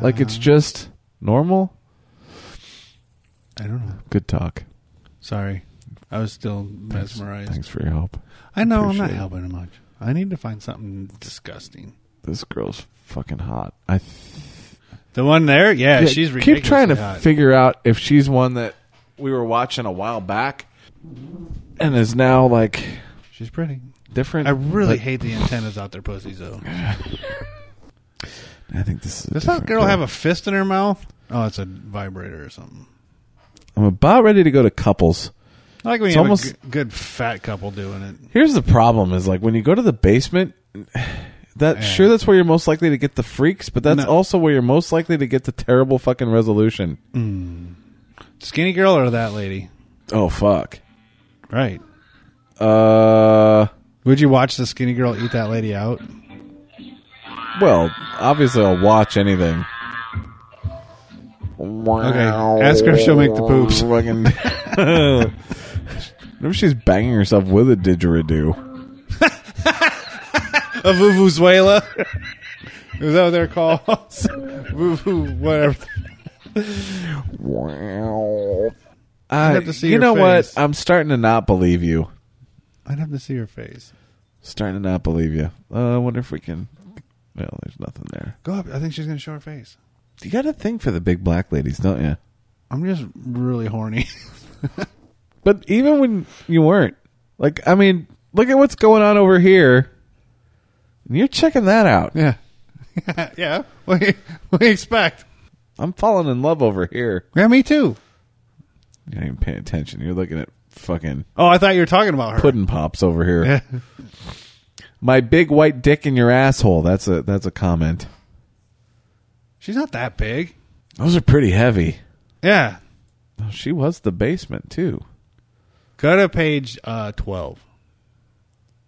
C: like it's just normal.
D: I don't know.
C: Good talk.
D: Sorry. I was still mesmerized.
C: Thanks for your help.
D: I know I'm not
C: Appreciate it.
D: helping him much. I need to find something disgusting.
C: this girl's fucking hot. I th-
D: The one there, yeah,
C: yeah,
D: she's ridiculous.
C: keep trying to figure out if she's one that we were watching a while back and is now like
D: She's pretty.
C: different.
D: I really
C: Like,
D: hate the antennas out their pussies though.
C: I think this is.
D: Does
C: different
D: that girl have a fist in her mouth? Oh, it's a vibrator or something.
C: I'm about ready to go to couples.
D: I like when
C: It's
D: you have
C: almost-
D: a good, good fat couple doing it.
C: Here's the problem: is like when you go to the basement. That sure, that's where you're most likely to get the freaks, but that's
D: No.
C: also where you're most likely to get the terrible fucking resolution.
D: Skinny girl or that lady?
C: Oh fuck.
D: Right.
C: Uh,
D: Would you watch the skinny girl eat that lady out?
C: well, obviously I'll watch anything.
D: Okay. Ask her if she'll make the poops.
C: Fucking. Remember, she's banging herself with a didgeridoo.
D: A vuvuzuela? Is that what they're called? Vuvu, whatever.
C: Wow.
D: have to see
C: you
D: your
C: know
D: face.
C: what? I'm starting to not believe you.
D: I'd have to see her face.
C: Starting to not believe you. Uh, I wonder if we can. Well, there's nothing there.
D: Go up. I think she's going to show her face.
C: You got a thing for the big black ladies, don't you?
D: I'm just really horny.
C: But even when you weren't, like, I mean, look at what's going on over here. And you're checking that out.
D: Yeah. yeah. What do, you, what do you expect?
C: I'm falling in love over here.
D: Yeah, me too.
C: You're not even paying attention. You're looking at fucking
D: Oh, I thought you were talking about her.
C: pudding pops over here.
D: Yeah.
C: My big white dick in your asshole. That's a that's a comment.
D: She's not that big.
C: Those are pretty heavy.
D: Yeah.
C: Oh, she was the basement too.
D: Go to page uh, 12.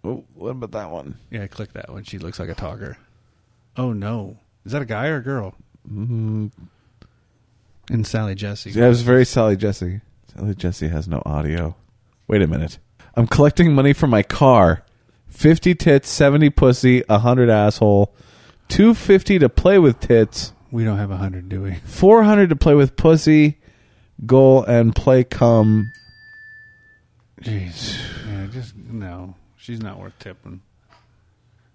C: Oh, what about that one?
D: Yeah, click that one. She looks like a talker. Oh, no. Is that a guy or a girl? Mm-hmm. And Sally Jesse.
C: That was very Sally Jesse. Sally Jesse has no audio. Wait a minute. I'm collecting money for my car. Fifty tits, seventy pussy, a hundred asshole, two fifty to play with tits,
D: We don't have a hundred, do we?
C: 400 to play with pussy, goal, and play cum.
D: Jeez. Yeah, just no. She's not worth tipping.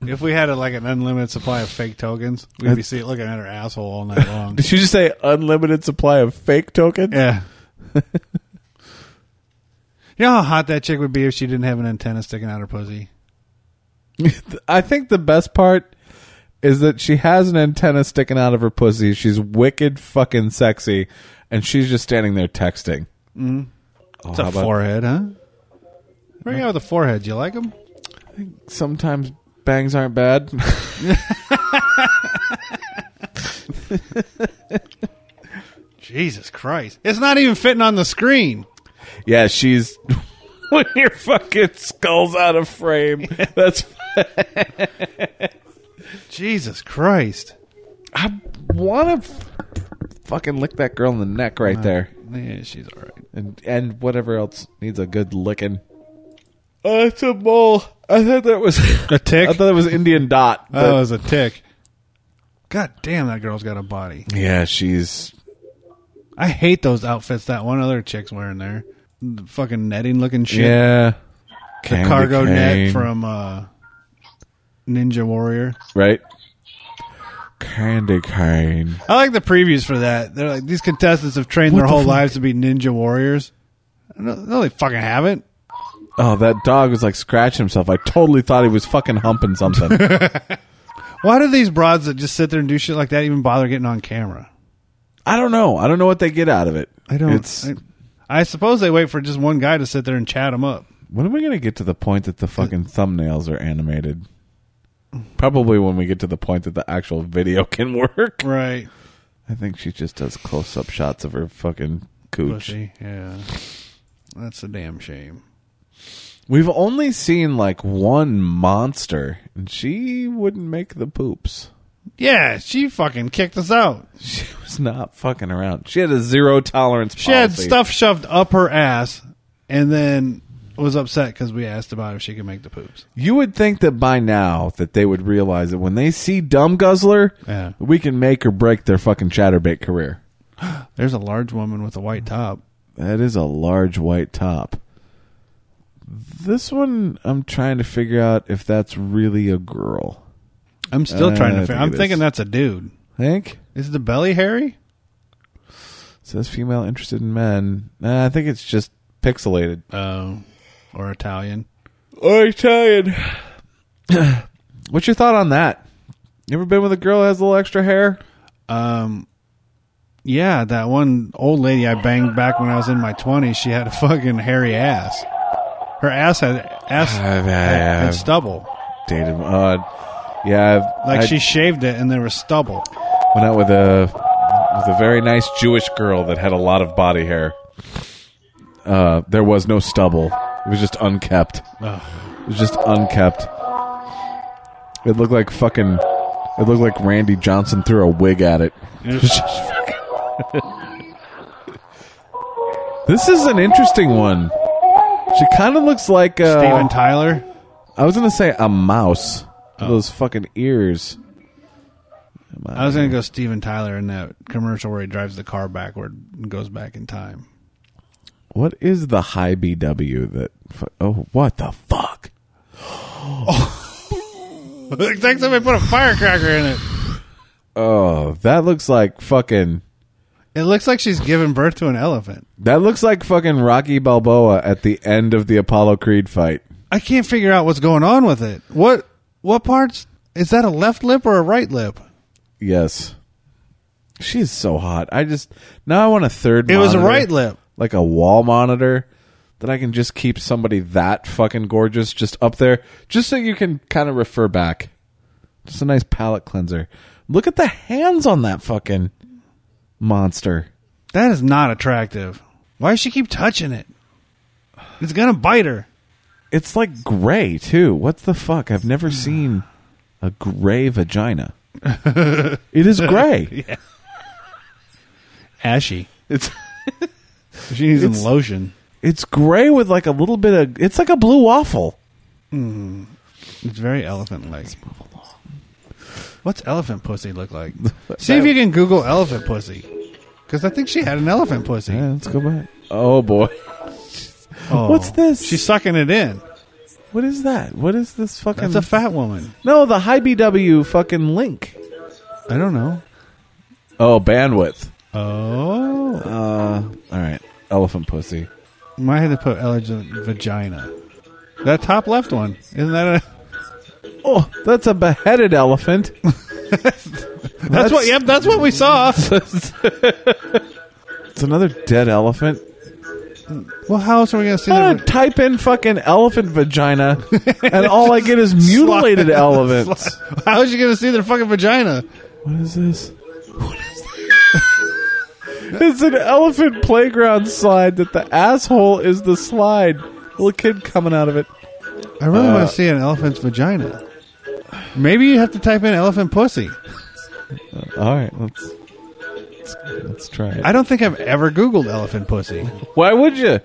D: If we had a, like an unlimited supply of fake tokens, we'd be see, looking at her asshole all night long.
C: Did you just say unlimited supply of fake tokens?
D: yeah. you know how hot that chick would be if she didn't have an antenna sticking out her pussy.
C: I think the best part is that she has an antenna sticking out of her pussy. She's wicked fucking sexy, and she's just standing there texting. Mm-hmm. Oh,
D: It's a
C: how about-
D: forehead, huh? Bring out the forehead. You like them?
C: Sometimes bangs aren't bad.
D: Jesus Christ! It's not even fitting on the screen.
C: yeah, she's when your fucking skull's out of frame. That's
D: Jesus Christ!
C: I want to fucking lick that girl in the neck right there,
D: Yeah, she's all right.
C: and and whatever else needs a good licking. Oh, it's a mole. I thought that was
D: A tick. Oh,
C: I thought it was Indian Dot.
D: that
C: but-
D: was a tick. God damn, that girl's got a body.
C: yeah, she's
D: I hate those outfits that one other chick's wearing there. The fucking netting looking shit.
C: yeah.
D: the cargo net from uh, Ninja Warrior.
C: right? Candy cane.
D: I like the previews for that. They're like these contestants have trained
C: What
D: their
C: the
D: whole
C: fuck?
D: lives to be ninja warriors. No, no, they fucking haven't.
C: Oh, that dog was like scratching himself. I totally thought he was fucking humping something.
D: Why do these broads that just sit there and do shit like that even bother getting on camera?
C: I don't know. I don't know what they get out of it.
D: I don't.
C: It's,
D: I, I suppose they wait for just one guy to sit there and chat them up.
C: when are we gonna get to the point that the fucking thumbnails are animated? Probably when we get to the point that the actual video can work.
D: Right.
C: I think she just does close-up shots of her fucking cooch.
D: Pussy. Yeah. That's a damn shame.
C: We've only seen like one monster, and she wouldn't make the poops.
D: Yeah, she fucking kicked us out.
C: She was not fucking around. She had a zero tolerance.
D: She had
C: policy.
D: stuff shoved up her ass and then was upset because we asked about if she could make the poops.
C: You would think that by now that they would realize that when they see Dumb Guzzler,
D: Yeah.
C: we can make or break their fucking chatterbait career.
D: There's a large woman with a white top.
C: That is a large white top. This one, I'm trying to figure out if that's really a girl.
D: I'm still
C: Uh,
D: trying to
C: I
D: figure
C: think
D: I'm
C: it is.
D: thinking that's a dude.
C: Think
D: Is the belly hairy?
C: says female interested in men. Nah, I think it's just pixelated.
D: Oh. Or Italian.
C: Or Italian. What's your thought on that? You ever been with a girl that has a little extra hair?
D: Um Yeah, that one old lady I banged back when I was in my twenties, she had a fucking hairy ass. Her ass had ass and stubble.
C: dated. Uh, yeah, I've,
D: Like
C: I-
D: she shaved it and there was stubble.
C: went out with a with a very nice Jewish girl that had a lot of body hair. Uh, there was no stubble; it was just unkept. It was just unkept. It looked like fucking. It looked like Randy Johnson threw a wig at it. It was just fucking- this is an interesting one. She kind of looks like uh,
D: Steven Tyler.
C: I was gonna say a mouse. Those fucking ears.
D: I was gonna go Steven Tyler in that commercial where he drives the car backward and goes back in time.
C: What is the high BW that? fu- Oh, what the fuck?
D: it's like somebody put a firecracker in it.
C: Oh, that looks like fucking.
D: It looks like she's giving birth to an elephant.
C: That looks like fucking Rocky Balboa at the end of the Apollo Creed fight.
D: I can't figure out what's going on with it. What what parts is that a left lip or a right lip?
C: Yes, she is so hot. I just now I want a third.
D: It was a
C: monitor,
D: right lip.
C: like a wall monitor, that I can just keep somebody that fucking gorgeous just up there, just so you can kind of refer back. Just a nice palate cleanser. Look at the hands on that fucking monster.
D: That is not attractive. Why does she keep touching it? It's gonna bite her.
C: It's like gray too. What the fuck? I've never seen a gray vagina. it is gray.
D: Ashy.
C: It's
D: She needs some
C: It's-
D: lotion.
C: it's gray with like a little bit of. It's like a blue waffle.
D: It's very elephant like. What's elephant pussy look like? See if you can Google elephant pussy. Because I think she had an elephant pussy.
C: Yeah, let's go back. Oh boy.
D: Oh,
C: What's this?
D: She's sucking it in.
C: What is that? What is this fucking?
D: That's a fat woman.
C: no, the high BW fucking link.
D: I don't know.
C: Oh, bandwidth.
D: Oh.
C: Uh, all right. Elephant pussy.
D: Might have to put elegant vagina. That top left one. Isn't that a.
C: Oh, that's a beheaded elephant.
D: That's, what. Yep, that's what we saw.
C: It's another dead elephant.
D: well, how else are we going to see
C: I
D: that?
C: don't type in fucking elephant vagina, and all I get is mutilated elephants.
D: How is she going to see their fucking vagina?
C: What is this? What is that? it's an elephant playground slide that the asshole is the slide. Little kid coming out of it.
D: I really want to see an elephant's vagina. Uh, Maybe you have to type in elephant pussy.
C: All right, let's let's, let's try it.
D: I don't think I've ever Googled elephant pussy.
C: Why would you?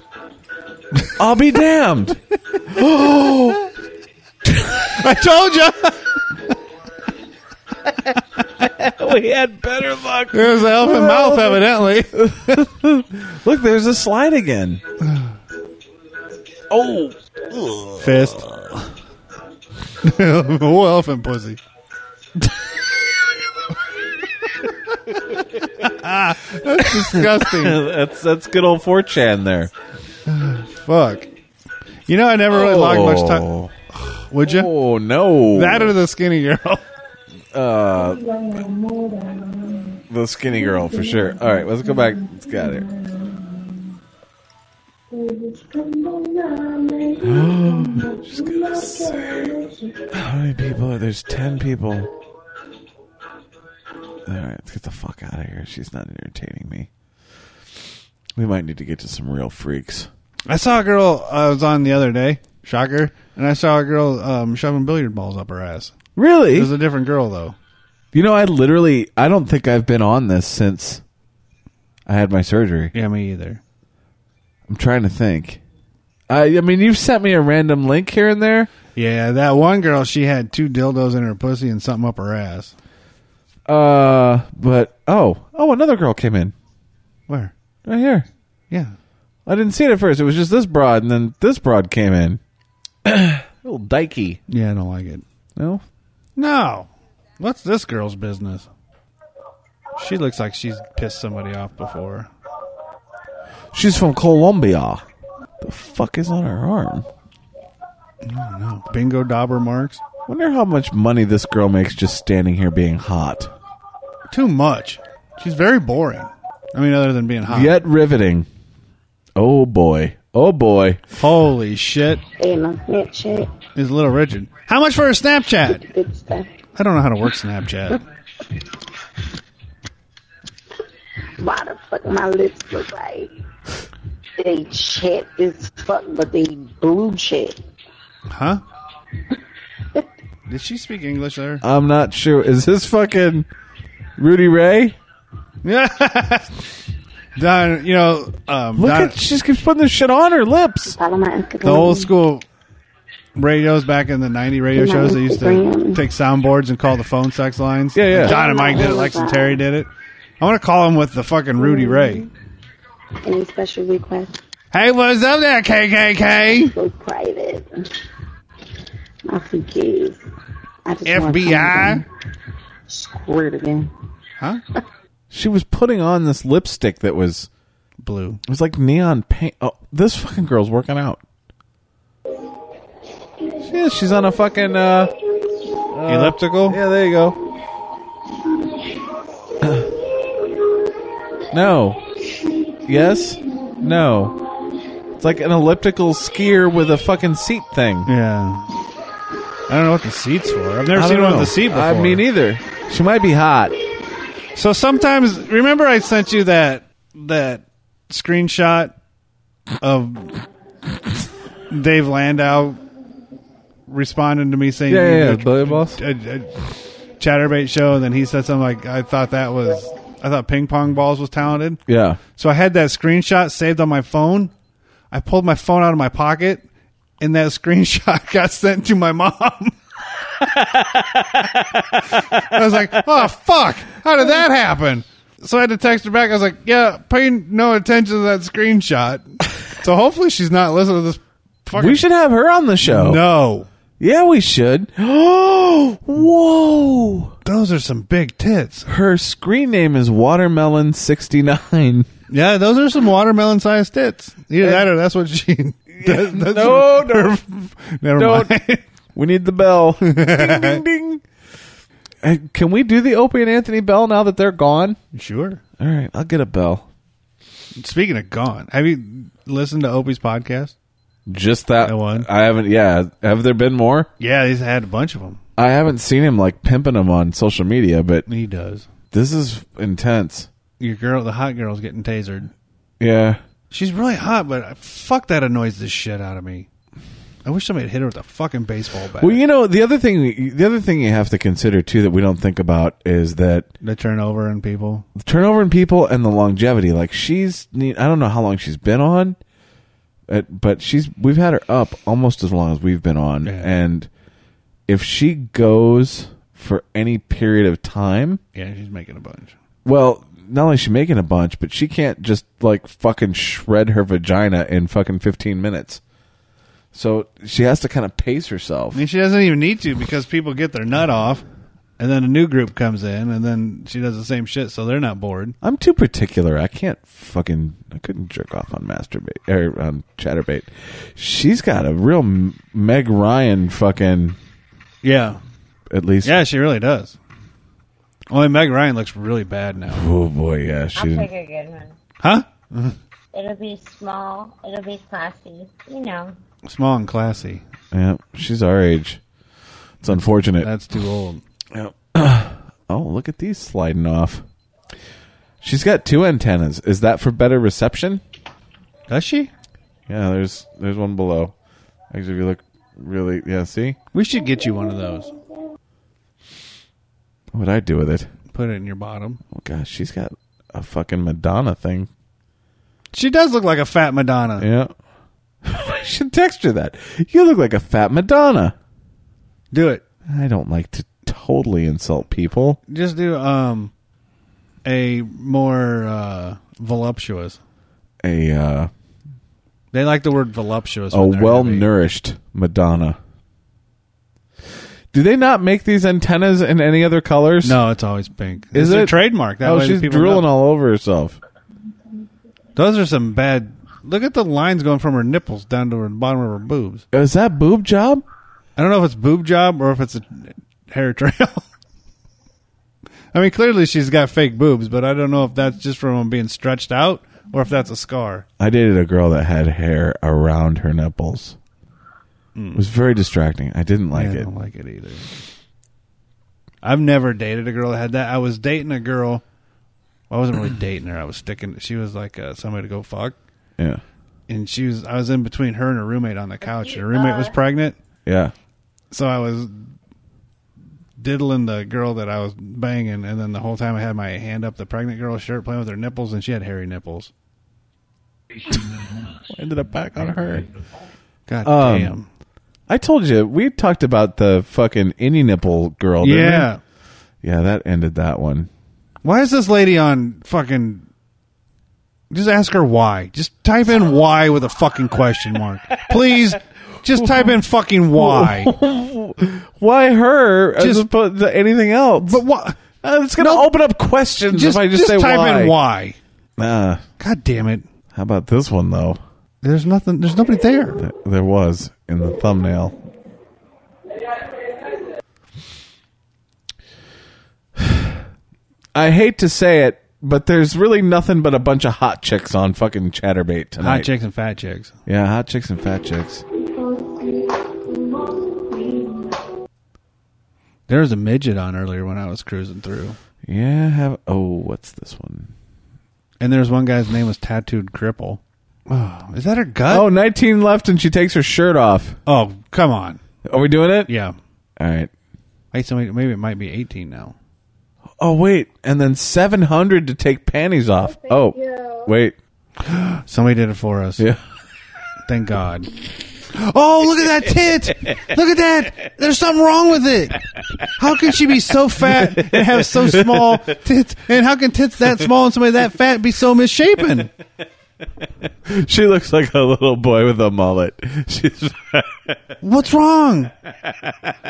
C: I'll be damned.
D: I told you
C: we had better luck.
D: there's an elephant mouth, evidently.
C: Look, there's a slide again. Oh,
D: Fist. oh, elephant pussy. That's disgusting.
C: that's that's good old 4chan there.
D: Fuck. You know, I never really logged much time.
C: Oh.
D: Would you?
C: Oh no!
D: That or the skinny girl.
C: the skinny girl for sure. All right, let's go back. Let's get out of here. Just gonna say, how many people? Are, there's ten people. All right, let's get the fuck out of here. She's not entertaining me. We might need to get to some real freaks.
D: I saw a girl uh, I was on the other day. Shocker. And I saw a girl um, shoving billiard balls up her ass. It was
C: Really?
D: a different girl, though.
C: You know, I literally, I don't think I've been on this since I had my surgery.
D: Yeah, me either.
C: I'm trying to think. I, I mean, you've sent me a random link here and there.
D: Yeah, that one girl, she had two dildos in her pussy and something up her ass.
C: Uh, but oh, oh, another girl came in
D: Where?
C: right here.
D: Yeah.
C: I didn't see it at first. It was just this broad, and then this broad came in. Little dykey.
D: Yeah, I don't like it.
C: No,
D: No. What's this girl's business? She looks like she's pissed somebody off before.
C: she's from Colombia. The fuck is on her arm?
D: No. Bingo dauber marks?
C: Wonder how much money this girl makes just standing here being hot,
D: Too much. She's very boring. I mean, other than being hot.
C: yet riveting. Oh boy. Oh boy.
D: Holy shit. Is Little Richard. How much for a Snapchat? I don't know how to work Snapchat.
E: Why the fuck my lips look like they chat as fuck, but they blue chat.
D: Huh? Did she speak English there?
C: I'm not sure. Is this fucking Rudy Ray?
D: Yeah. Don, you know, um,
C: Look
D: Don-
C: at she just keeps putting this shit on her lips.
E: Follow my Instagram.
D: the old school radios back in the 90 radio shows. They used to
E: Instagram.
D: take soundboards and call the phone sex lines.
C: Yeah, yeah.
D: Don and Mike did it. Lex and Terry did it. I want to call him with the fucking Rudy Ray.
E: Any special requests?
D: Hey, what's up there, KKK?
E: Go private. I forgive. I just want
D: FBI?
E: Squirt again.
D: Huh?
C: She was putting on this lipstick that was
D: Blue.
C: it was like neon paint. Oh, this fucking girl's working out. She is. She's on a fucking uh,
D: Elliptical?
C: yeah. There you go. no. Yes. No. It's like an elliptical skier with a fucking seat thing.
D: Yeah. I don't know what the seat's for. I've never
C: I
D: seen
C: don't
D: one
C: know.
D: with a seat before.
C: I mean, either she might be hot.
D: So sometimes, remember I sent you that that screenshot of Dave Landau responding to me saying,
C: Yeah, yeah, yeah.
D: "You-
C: Billy Boss.
D: a, a chatterbait show, and then he said something like, "I thought that was, I thought ping pong balls was talented."
C: Yeah.
D: So I had that screenshot saved on my phone. I pulled my phone out of my pocket, and that screenshot got sent to my mom. I was like, oh fuck, how did that happen? So I had to text her back. I was like, yeah, pay no attention to that screenshot. So hopefully she's not listening to this. Fucking-
C: We should have her on the show.
D: No,
C: Yeah, we should. Oh, whoa!
D: those are some big tits.
C: Her screen name is Watermelon sixty nine.
D: Yeah, those are some watermelon sized tits. Either that or that's what she. That, that's
C: No,
D: her- never
C: don't.
D: mind.
C: We need the bell. ding ding ding. Uh, Can we do the Opie and Anthony bell now that they're gone?
D: sure.
C: All right, I'll get a bell.
D: Speaking of gone, have you listened to Opie's podcast?
C: Just that
D: That one?
C: I haven't. Yeah, have there been more?
D: Yeah, he's had a bunch of them.
C: I haven't seen him like pimping them on social media, but
D: He does.
C: this is intense.
D: Your girl, the hot girl's getting tasered.
C: Yeah,
D: She's really hot, but I- fuck that annoys the shit out of me. I wish somebody had hit her with a fucking baseball bat.
C: Well, you know, the other thing the other thing you have to consider too that we don't think about is that
D: the turnover in people.
C: the turnover in people and the longevity. Like she's I don't know how long she's been on, uh, but she's we've had her up almost as long as we've been on
D: Yeah.
C: and if she goes for any period of time,
D: Yeah, she's making a bunch.
C: well, not only is she making a bunch, but she can't just like fucking shred her vagina in fucking 15 minutes. So she has to kind of pace herself.
D: I mean, she doesn't even need to because people get their nut off, and then a new group comes in, and then she does the same shit, so they're not bored.
C: I'm too particular. I can't fucking. I couldn't jerk off on masturbate or on chatterbait. She's got a real M- Meg Ryan fucking.
D: Yeah,
C: At least.
D: yeah, she really does. Only Meg Ryan looks really bad now,
C: Oh boy, yeah. She.
F: I'll pick
C: Didn't,
F: a good one.
D: huh?
F: It'll be small. It'll be classy. You know.
D: Small and classy.
C: yeah, she's our age. It's unfortunate.
D: That's too old.
C: oh, look at these sliding off. She's got two antennas. Is that for better reception?
D: Does she?
C: Yeah, there's there's one below. Actually, if you look really, yeah, see
D: We should get you one of those.
C: what would I do with it?
D: Put it in your bottom.
C: Oh gosh, she's got a fucking Madonna thing
D: She does look like a fat Madonna.
C: Yeah. I should text her that. You look like a fat Madonna.
D: Do it.
C: I don't like to totally insult people.
D: Just do um a more uh voluptuous.
C: A uh,
D: They like the word voluptuous.
C: a
D: when they're
C: Oh, well
D: heavy.
C: nourished Madonna. Do they not make these antennas in any other colors?
D: No, it's always pink.
C: Is
D: it's their
C: it?
D: trademark? That
C: oh,
D: way
C: she's
D: people
C: drooling
D: know.
C: all over herself.
D: Those are some bad. Look at the lines going from her nipples down to her bottom of her boobs.
C: Is that boob job?
D: I don't know if it's boob job or if it's a hair trail. I mean, clearly she's got fake boobs, but I don't know if that's just from them being stretched out or if that's a scar.
C: I dated a girl that had hair around her nipples. It was very distracting. I didn't like
D: Hmm. Yeah, I
C: it.
D: don't like it either. I've never dated a girl that had that. I was dating a girl. I wasn't really dating her. I was sticking. She was like uh, somebody to go fuck,
C: Yeah.
D: and she was. I was in between her and her roommate on the couch, and her roommate was pregnant,
C: Yeah.
D: so I was diddling the girl that I was banging, and then the whole time I had my hand up the pregnant girl's shirt, playing with her nipples, and she had hairy nipples.
C: Ended up back on her.
D: God
C: Um,
D: damn!
C: I told you we talked about the fucking any nipple girl. didn't we?
D: Yeah.
C: yeah, that ended that one.
D: Why is this lady on fucking? Just ask her why. Just type in why with a fucking question mark, please. Just type in fucking why.
C: Why her as
D: Just-
C: opposed to anything else?
D: But what?
C: Uh, it's gonna
D: No.
C: open up questions
D: Just,
C: if I just, say
D: type
C: why.
D: in why.
C: Uh,
D: God damn it!
C: how about this one though?
D: There's nothing. There's nobody there.
C: Th- There was in the thumbnail. I hate to say it, but there's really nothing but a bunch of hot chicks on fucking ChatterBait tonight.
D: Hot chicks and fat chicks.
C: Yeah, hot chicks and fat chicks.
D: There was a midget on earlier when I was cruising through,
C: Yeah, have oh, what's this one?
D: and there was one guy's name was Tattooed Cripple. Oh, is that her gut?
C: Oh, 19 left and she takes her shirt off.
D: oh, come on.
C: Are we doing it?
D: Yeah.
C: All right.
D: Hey, so maybe it might be 18 now.
C: Oh, wait. And then 700 to take panties off. Oh, wait.
D: Somebody did it for us.
C: Yeah.
D: Thank God. Oh, look at that tit! Look at that! There's something wrong with it. How can she be so fat and have so small tits? And how can tits that small and somebody that fat be so misshapen?
C: She looks like a little boy with a mullet. She's
D: What's wrong?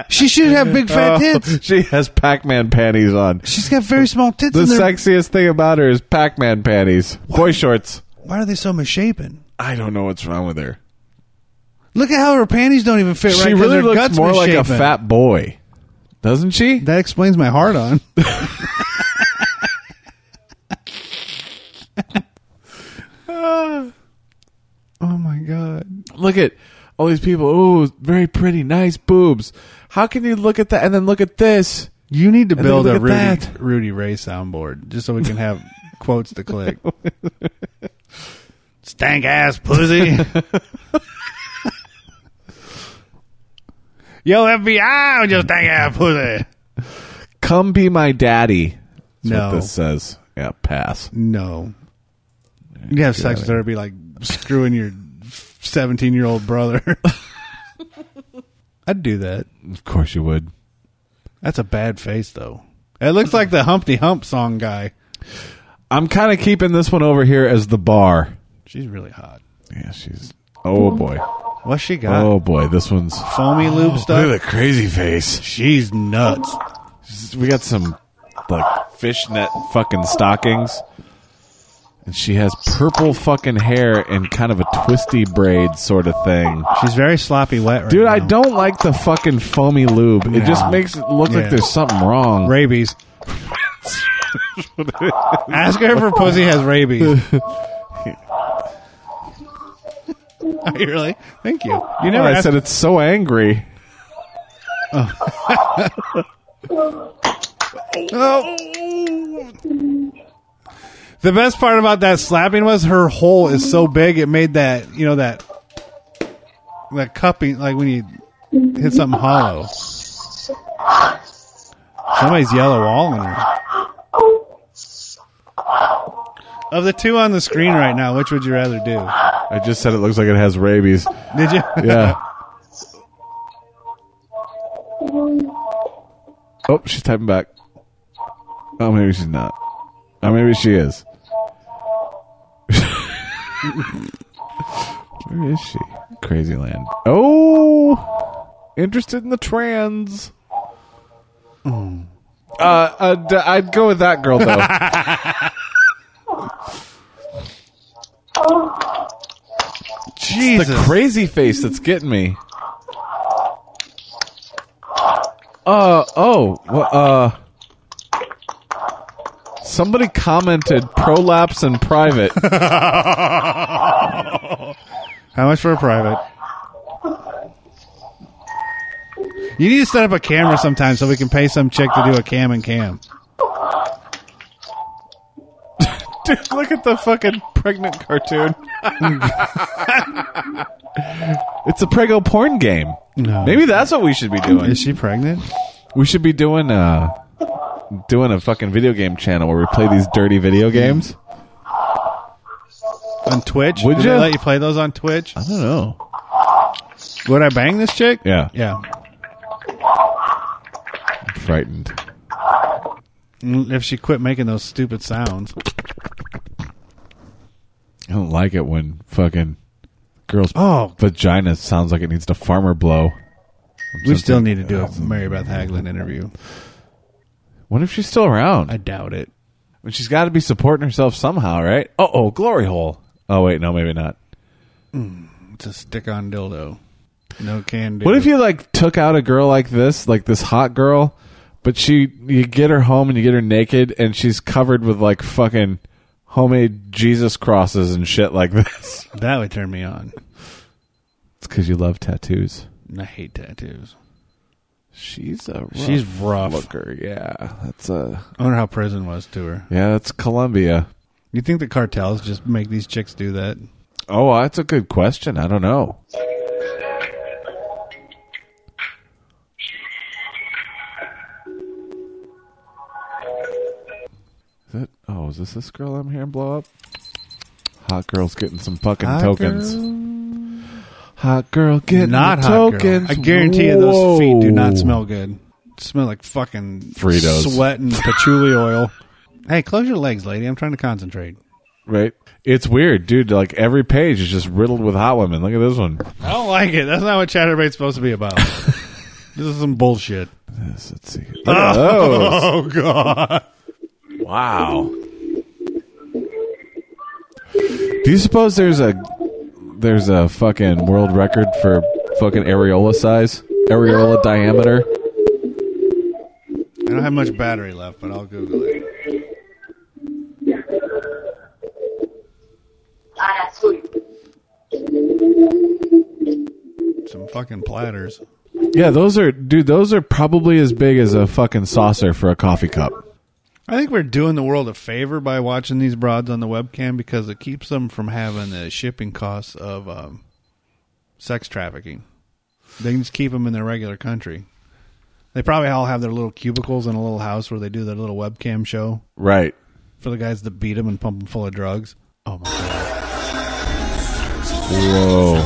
D: She should have big fat tits.
C: oh, She has Pac-Man panties on.
D: She's got very small tits.
C: The
D: and they're-
C: sexiest thing about her is Pac-Man panties, boy shorts.
D: Why are they so misshapen?
C: I don't know what's wrong with her.
D: Look at how her panties don't even fit right.
C: she
D: 'cause
C: really
D: her
C: looks
D: guts
C: more like a
D: misshapen.
C: fat boy, doesn't she?
D: That explains my heart on. oh my god!
C: look at all these people. Oh, very pretty, nice boobs. How can you look at that and then look at this?
D: You need to
C: then
D: build a
C: look
D: Rudy,
C: at that.
D: Rudy Ray soundboard just so we can have quotes to click. Stank ass pussy. Yo FBI, just stank ass pussy.
C: Come be my daddy. That's
D: No.
C: what this says. Yeah, pass.
D: No. You have sex therapy like screwing your 17 year old brother. I'd do that.
C: Of course you would.
D: That's a bad face, though. It looks like the Humpty Hump song guy.
C: I'm kind of keeping this one over here as the bar.
D: She's really hot.
C: Yeah, she's. Oh boy.
D: What's she got?
C: Oh boy. This one's.
D: Foamy lube stuff?
C: the crazy face.
D: She's nuts.
C: We got some like fishnet fucking stockings. And she has purple fucking hair and kind of a twisty braid sort of thing.
D: She's very sloppy wet right
C: Dude, I
D: now.
C: don't like the fucking foamy lube. It just makes it look
D: Yeah.
C: like there's something wrong.
D: Rabies. Ask her if her pussy has rabies. Are you really? Thank you. You
C: You know,
D: never
C: Oh, I
D: asked
C: said it's so angry.
D: The best part about that slapping was her hole is so big it made that you know that that cupping like when you hit something hollow. Somebody's yellow walling her. Of the two on the screen right now, which would you rather do?
C: I just said it looks like it has rabies.
D: Did you?
C: Yeah. oh, she's typing back. Oh, maybe she's not. Or maybe she is. Where is she? Crazy land. Oh, interested in the trans. Uh, I'd, I'd go with that girl though.
D: Jesus.
C: the crazy face that's getting me. Uh oh. wha- Uh. Somebody commented prolapse and private.
D: How much for a private? You need to set up a camera sometime so we can pay some chick to do a cam and cam.
C: Dude, look at the fucking pregnant cartoon. it's a prego porn game.
D: No.
C: Maybe that's what we should be doing.
D: Is she pregnant?
C: We should be doing uh doing a fucking video game channel where we play these dirty video games.
D: On Twitch?
C: Would
D: Do they
C: ya?
D: let you play those on Twitch?
C: I don't know.
D: Would I bang this chick?
C: Yeah.
D: Yeah.
C: frightened.
D: Mm, If she quit making those stupid sounds.
C: I don't like it when fucking girls'
D: Oh.
C: vagina sounds like it needs to farmer blow.
D: We still need to do a Mary Beth Haglin interview.
C: What if she's still around?
D: I doubt it.
C: But she's got to be supporting herself somehow, right? Uh oh, glory hole. Oh wait, no, maybe not.
D: It's a stick on dildo. No can do.
C: What if you like took out a girl like this, like this hot girl, but she you get her home and you get her naked and she's covered with like fucking homemade Jesus crosses and shit like this?
D: That would turn me on.
C: It's because you love tattoos.
D: And I hate tattoos.
C: She's a rough
D: She's rough.
C: looker. Yeah, that's a
D: I wonder how prison was to her.
C: yeah, that's Columbia.
D: You think the cartels just make these chicks do that?
C: Oh, that's a good question. I don't know. Is that? Oh, is this this girl I'm hearing blow up? Hot girl's getting some fucking
D: Hot
C: tokens. Hot girl, get
D: Not
C: the
D: hot
C: tokens.
D: girl. I guarantee you those feet do not
C: Whoa.
D: smell good. Smell like fucking
C: Fritos.
D: sweat and patchouli oil. Hey, close your legs, lady. I'm trying to concentrate.
C: Right? It's weird, dude. Like every page is just riddled with hot women. Look at this one.
D: I don't like it. That's not what chatterbait's supposed to be about. this is some bullshit.
C: Yes, let's see. Look at those.
D: Oh god.
C: Wow. Do you suppose there's a there's a fucking world record for fucking areola size, areola diameter?
D: I don't have much battery left, but I'll Google it. Some fucking platters.
C: Yeah, those are dude. Those are probably as big as a fucking saucer for a coffee cup.
D: I think we're doing the world a favor by watching these broads on the webcam because it keeps them from having the shipping costs of um, sex trafficking. They can just keep them in their regular country. They probably all have their little cubicles in a little house where they do their little webcam show
C: Right.
D: for the guys to beat them and pump them full of drugs. Oh my god!
C: Whoa.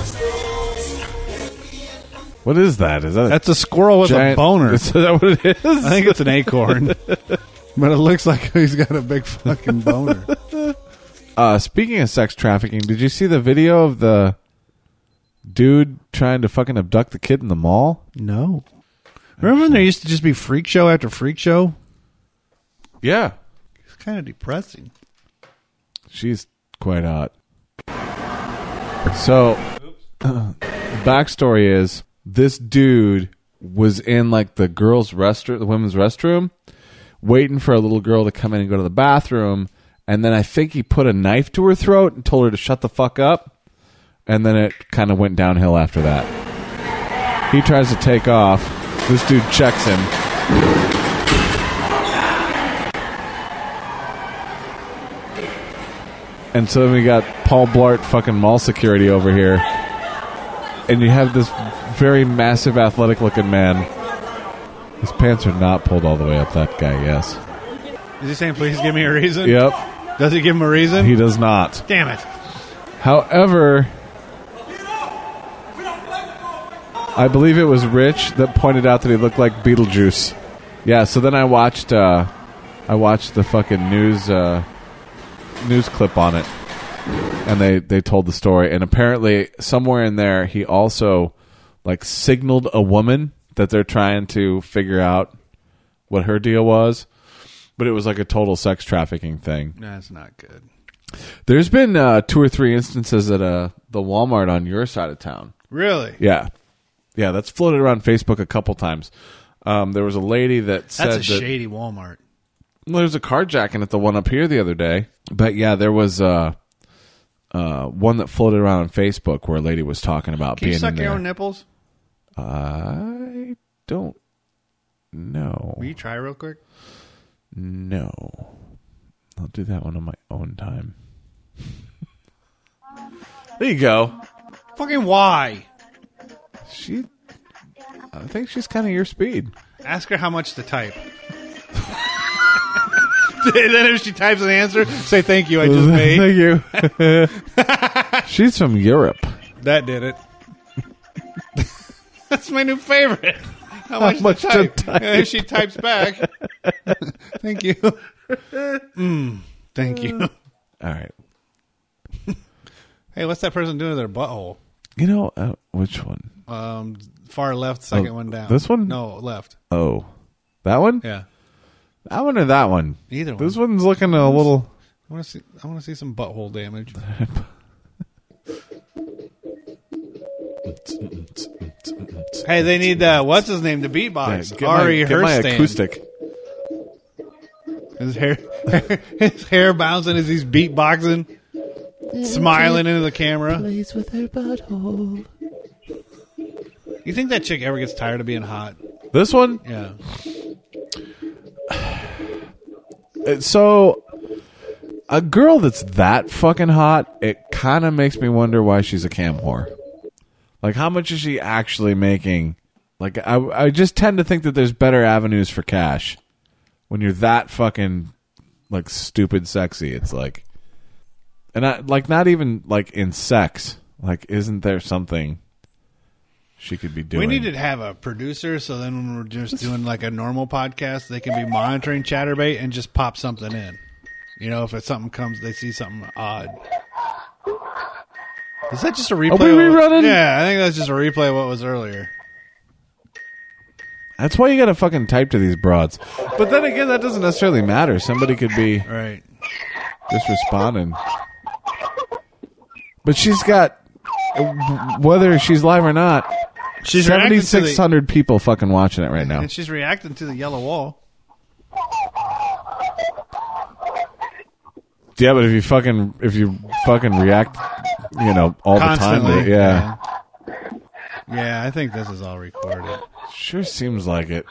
C: What is that? Is that
D: That's a squirrel with a
C: giant-
D: boner.
C: Is that what it is?
D: I think it's an acorn, but it looks like he's got a big fucking boner.
C: Uh, speaking of sex trafficking, did you see the video of the dude trying to fucking abduct the kid in the mall?
D: No. Remember when there used to just be freak show after freak show?
C: Yeah,
D: It's kind of depressing.
C: she's quite hot. So, backstory is this dude was in like the girls' restroom, the women's restroom, waiting for a little girl to come in and go to the bathroom, and then I think he put a knife to her throat and told her to shut the fuck up, and then it kind of went downhill after that. He tries to take off. This dude checks him. And so then we got Paul Blart fucking mall security over here. And you have this very massive athletic looking man. His pants are not pulled all the way up that guy, yes.
D: Is he saying, please give me a reason?
C: Yep.
D: Does he give him a reason?
C: He does not.
D: Damn it.
C: However, I believe it was Rich that pointed out that he looked like Beetlejuice. Yeah. So then I watched, uh, I watched the fucking news uh, news clip on it, and they they told the story. And apparently, somewhere in there, he also like signaled a woman that they're trying to figure out what her deal was, but it was like a total sex trafficking thing.
D: That's not good.
C: There's been uh, two or three instances at uh, the Walmart on your side of town.
D: Really?
C: Yeah, yeah, that's floated around Facebook a couple times. Um, there was a lady that said
D: That's a
C: that
D: shady Walmart.
C: well, there was a carjacking at the one up here the other day. But yeah, there was uh, uh, one that floated around on Facebook where a lady was talking about
D: Can you
C: being
D: suck
C: in
D: your
C: there.
D: own nipples?
C: I don't know.
D: Will you try real quick?
C: No, I'll do that one on my own time. there you go.
D: Fucking why?
C: She, I think she's kind of your speed.
D: Ask her how much to type. then if she types an answer, say thank you. I just made
C: Thank you. she's from Europe.
D: that. Did it? That's my new favorite. How much,
C: much
D: to
C: to
D: type?
C: type.
D: And if she types back, thank you. Mm, thank you.
C: All right.
D: Hey, what's that person doing to their butthole?
C: You know uh, which one?
D: Um, far left, second
C: Oh,
D: one down.
C: this one?
D: No, left.
C: Oh, that one.
D: Yeah.
C: That one or that one?
D: Either one.
C: This one's looking a little.
D: I want to see. I want to see some butthole damage. hey, they need uh, what's his name to beatbox.
C: Yeah, get my-
D: Ari
C: get my
D: Herstand.
C: acoustic.
D: His hair, his hair bouncing as he's beatboxing, smiling into the camera. Plays with her butthole. You think that chick ever gets tired of being hot?
C: This one.
D: Yeah.
C: Uh, So, a girl that's that fucking hot, it kind of makes me wonder why she's a cam whore. Like, how much is she actually making? Like, I, I just tend to think that there's better avenues for cash when you're that fucking like stupid sexy. It's like, and I like not even like in sex. Like, isn't there something she could be doing.
D: We need to have a producer, so then when we're just doing like a normal podcast, they can be monitoring ChatterBait and just pop something in. You know, if it's something comes, they see something odd. Is that just a replay?
C: Are we
D: of what-
C: rerunning?
D: Yeah, I think that's just a replay of what was earlier.
C: That's why you got to fucking type to these broads. But then again, that doesn't necessarily matter. Somebody could be
D: Right.
C: just responding. But she's got whether she's live or not,
D: She's
C: seventy
D: reacting to the-
C: six hundred people fucking watching it right now.
D: And she's reacting to the yellow wall.
C: Yeah, but if you fucking if you fucking react, you know all the time.
D: Constantly,
C: Yeah.
D: yeah. Yeah, I think this is all recorded.
C: sure seems like it.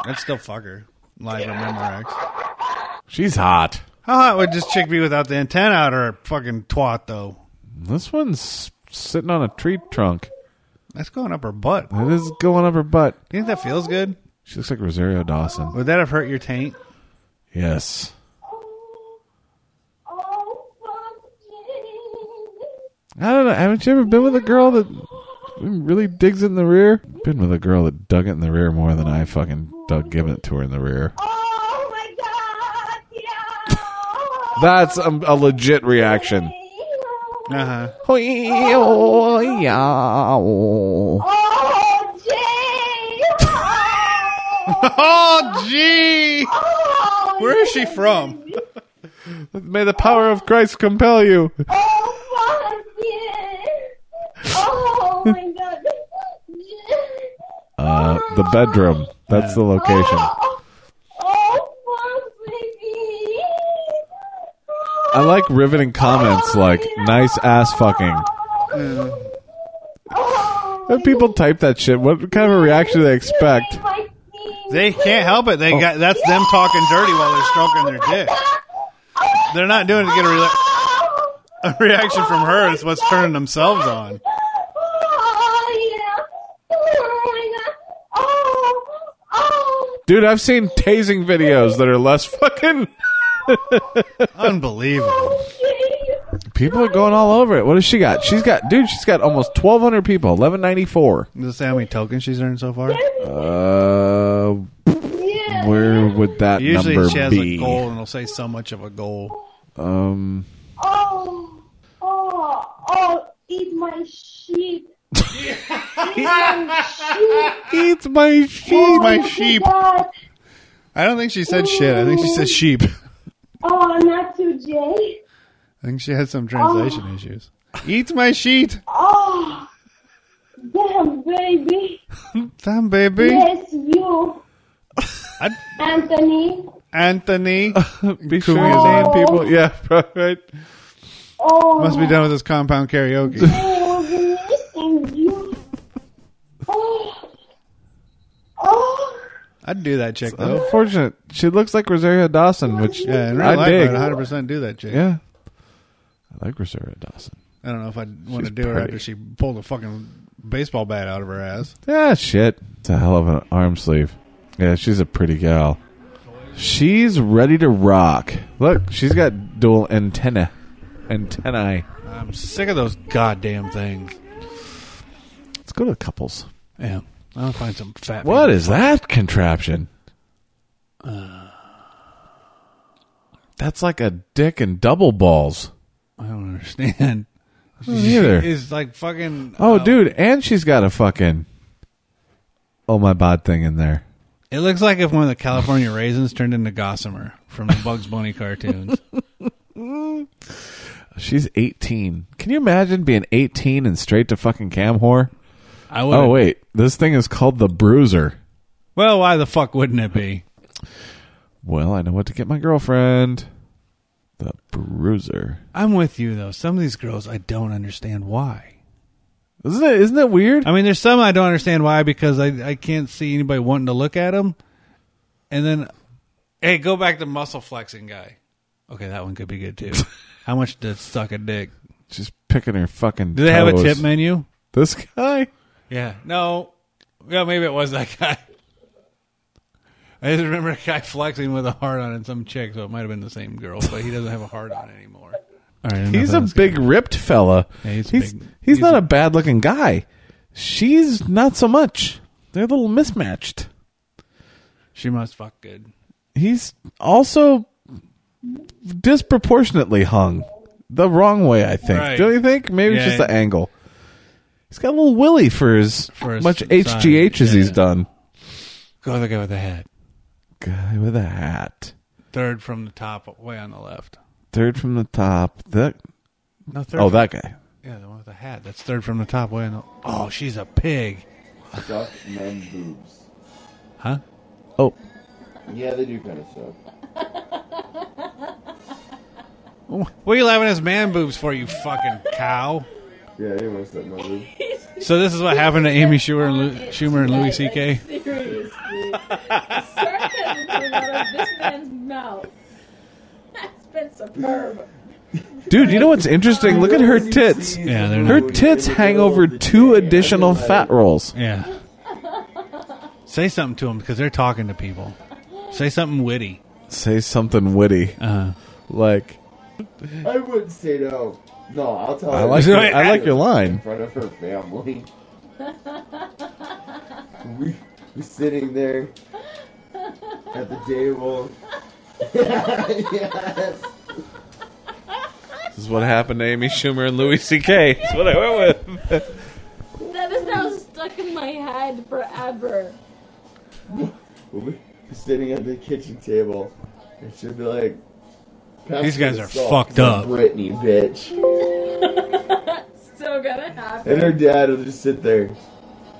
D: I'd still fuck her live on Memorex.
C: She's hot.
D: How hot would this chick be without the antenna out her fucking twat though?
C: This one's sitting on a tree trunk.
D: That's going up her butt. Do
C: It is going up her butt.
D: you think that feels good?
C: She looks like Rosario Dawson.
D: Would that have hurt your taint?
C: Yes.
F: Oh,
C: I don't know. Haven't you ever been with a girl that really digs it in the rear? Been with a girl that dug it in the rear more than I fucking dug giving it to her in the rear.
F: Oh my god! Yeah.
C: That's a, a legit reaction.
D: Uh huh.
F: oh, Jay!
D: Oh, gee! Where is she from?
C: May the power of Christ compel you.
F: Oh, fuck yeah. Oh my god.
C: Uh, the bedroom. That's the location.
F: Oh, oh, fuck, baby.
C: I like riveting comments like "nice ass fucking." When people type that shit, what kind of a reaction do they expect?
F: My feet.
D: They can't help it. They got that's them talking dirty while they're stroking their dick. They're not doing it to get a, re- a reaction from her. It's what's turning themselves on.
F: Oh, yeah. Oh my god. Oh, oh.
C: Dude, I've seen tasing videos that are less fucking.
D: Unbelievable.
C: People are going all over it. What has she got? She's got, dude, she's got almost twelve hundred people. Eleven ninety four.
D: Does it say how many tokens she's earned so far?
C: Uh, where would that
D: Usually
C: number
D: she has
C: be?
D: a goal and it'll say so much of a goal.
C: Um,
F: Oh, oh, oh, eat my sheep. eat my sheep.
C: it's my sheep.
D: My sheep.
F: God.
D: I don't think she said shit. I think she said sheep. I
F: Oh, not today.
D: think she had some translation issues. Eat my sheet.
F: Oh, damn, baby.
D: Damn, baby.
F: Yes, you,
D: I-
F: Anthony.
D: Anthony.
C: Be sure
D: Cool.
C: you're saying people. Yeah, right.
F: Oh,
D: Must be done with this compound karaoke.
F: I was missing you. Oh, oh,
D: I'd do that chick, though.
C: Unfortunate. She looks like Rosario Dawson, which
D: Yeah, in real
C: I
D: life,
C: dig.
D: I'd 100% do that chick.
C: Yeah. I like Rosario Dawson.
D: I don't know if I'd want to
C: She's
D: do her
C: pretty.
D: after she pulled a fucking baseball bat out of her ass.
C: Yeah, shit. It's a hell of an arm sleeve. Yeah, she's a pretty gal. She's ready to rock. Look, she's got dual antenna. Antennae.
D: I'm sick of those goddamn things.
C: Let's go to the couples.
D: Yeah. I'll find some fat.
C: What is that contraption? Uh, That's like a dick and double balls.
D: I don't understand.
C: Neither.
D: Is like fucking. uh,
C: Oh, dude, and she's got a fucking oh my bod thing in there.
D: It looks like if one of the California raisins turned into Gossamer from the Bugs Bunny cartoons.
C: She's eighteen. Can you imagine being eighteen and straight to fucking cam whore?
D: I would.
C: Oh wait, this thing is called the Bruiser.
D: Well, why the fuck wouldn't it be?
C: Well, I know what to get my girlfriend. The Bruiser.
D: I'm with you though. Some of these girls, I don't understand why.
C: Isn't it? Isn't that weird?
D: I mean, there's some I don't understand why because I I can't see anybody wanting to look at them. And then, hey, go back to muscle flexing guy. Okay, that one could be good too. How much does suck a dick?
C: Just picking her fucking.
D: Do they have a
C: toes.
D: tip menu?
C: This guy.
D: Yeah. No. Yeah, maybe it was that guy. I just remember a guy flexing with a heart on and some chick, so it might have been the same girl, but he doesn't have a heart on anymore. All right,
C: He's a big ripped fella.
D: Yeah, he's a
C: he's,
D: big-
C: he's
D: he's
C: not
D: a-
C: a bad looking guy. She's not so much. They're a little mismatched.
D: She must fuck good.
C: He's also disproportionately hung the wrong way, I think.
D: Right.
C: Don't you think? Maybe
D: Yeah.
C: it's just the angle. He's got a little willy for as
D: For his
C: much
D: size,
C: HGH as he's
D: yeah.
C: done.
D: Go the guy with the hat.
C: Guy with a hat.
D: Third from the top, way on the left.
C: Third from the top. That,
D: No, third.
C: oh,
D: from-
C: that guy.
D: Yeah, the one with the hat. That's third from the top, way on the. Oh, she's a pig.
J: Suck men boobs.
D: Huh?
C: Oh,
J: Yeah, they do kind of suck.
D: What are you laughing at his man boobs for, you fucking cow?
J: Yeah, anyone suck my boobs.
D: So this is what happened to Amy Schumer and, Lou- Schumer and Louis C.K.
K: Seriously. Sarcasm came out of this man's mouth. That's been superb.
C: Dude, you know what's interesting? Look at her tits.
D: Yeah, they're
C: her
D: not-
C: tits hang over two additional fat rolls.
D: Yeah. Say something to them because they're talking to people. Say something witty.
C: Say something witty,
D: Uh,
C: like
J: I wouldn't say no. No, I'll tell.
C: I
J: her-
C: like your- I like your
J: In
C: line.
J: front of her family. we we're sitting there at the table. yes.
C: This is what happened to Amy Schumer and Louis C.K. That's what I went with.
K: That is now stuck in my head forever.
J: We're sitting at the kitchen table, and she'll be like, "Pass
D: These
J: me
D: guys
J: the
D: are
J: salt,
D: fucked up.
J: Brittany, bitch.
K: Still gonna
J: And
K: happen.
J: her dad will just sit there,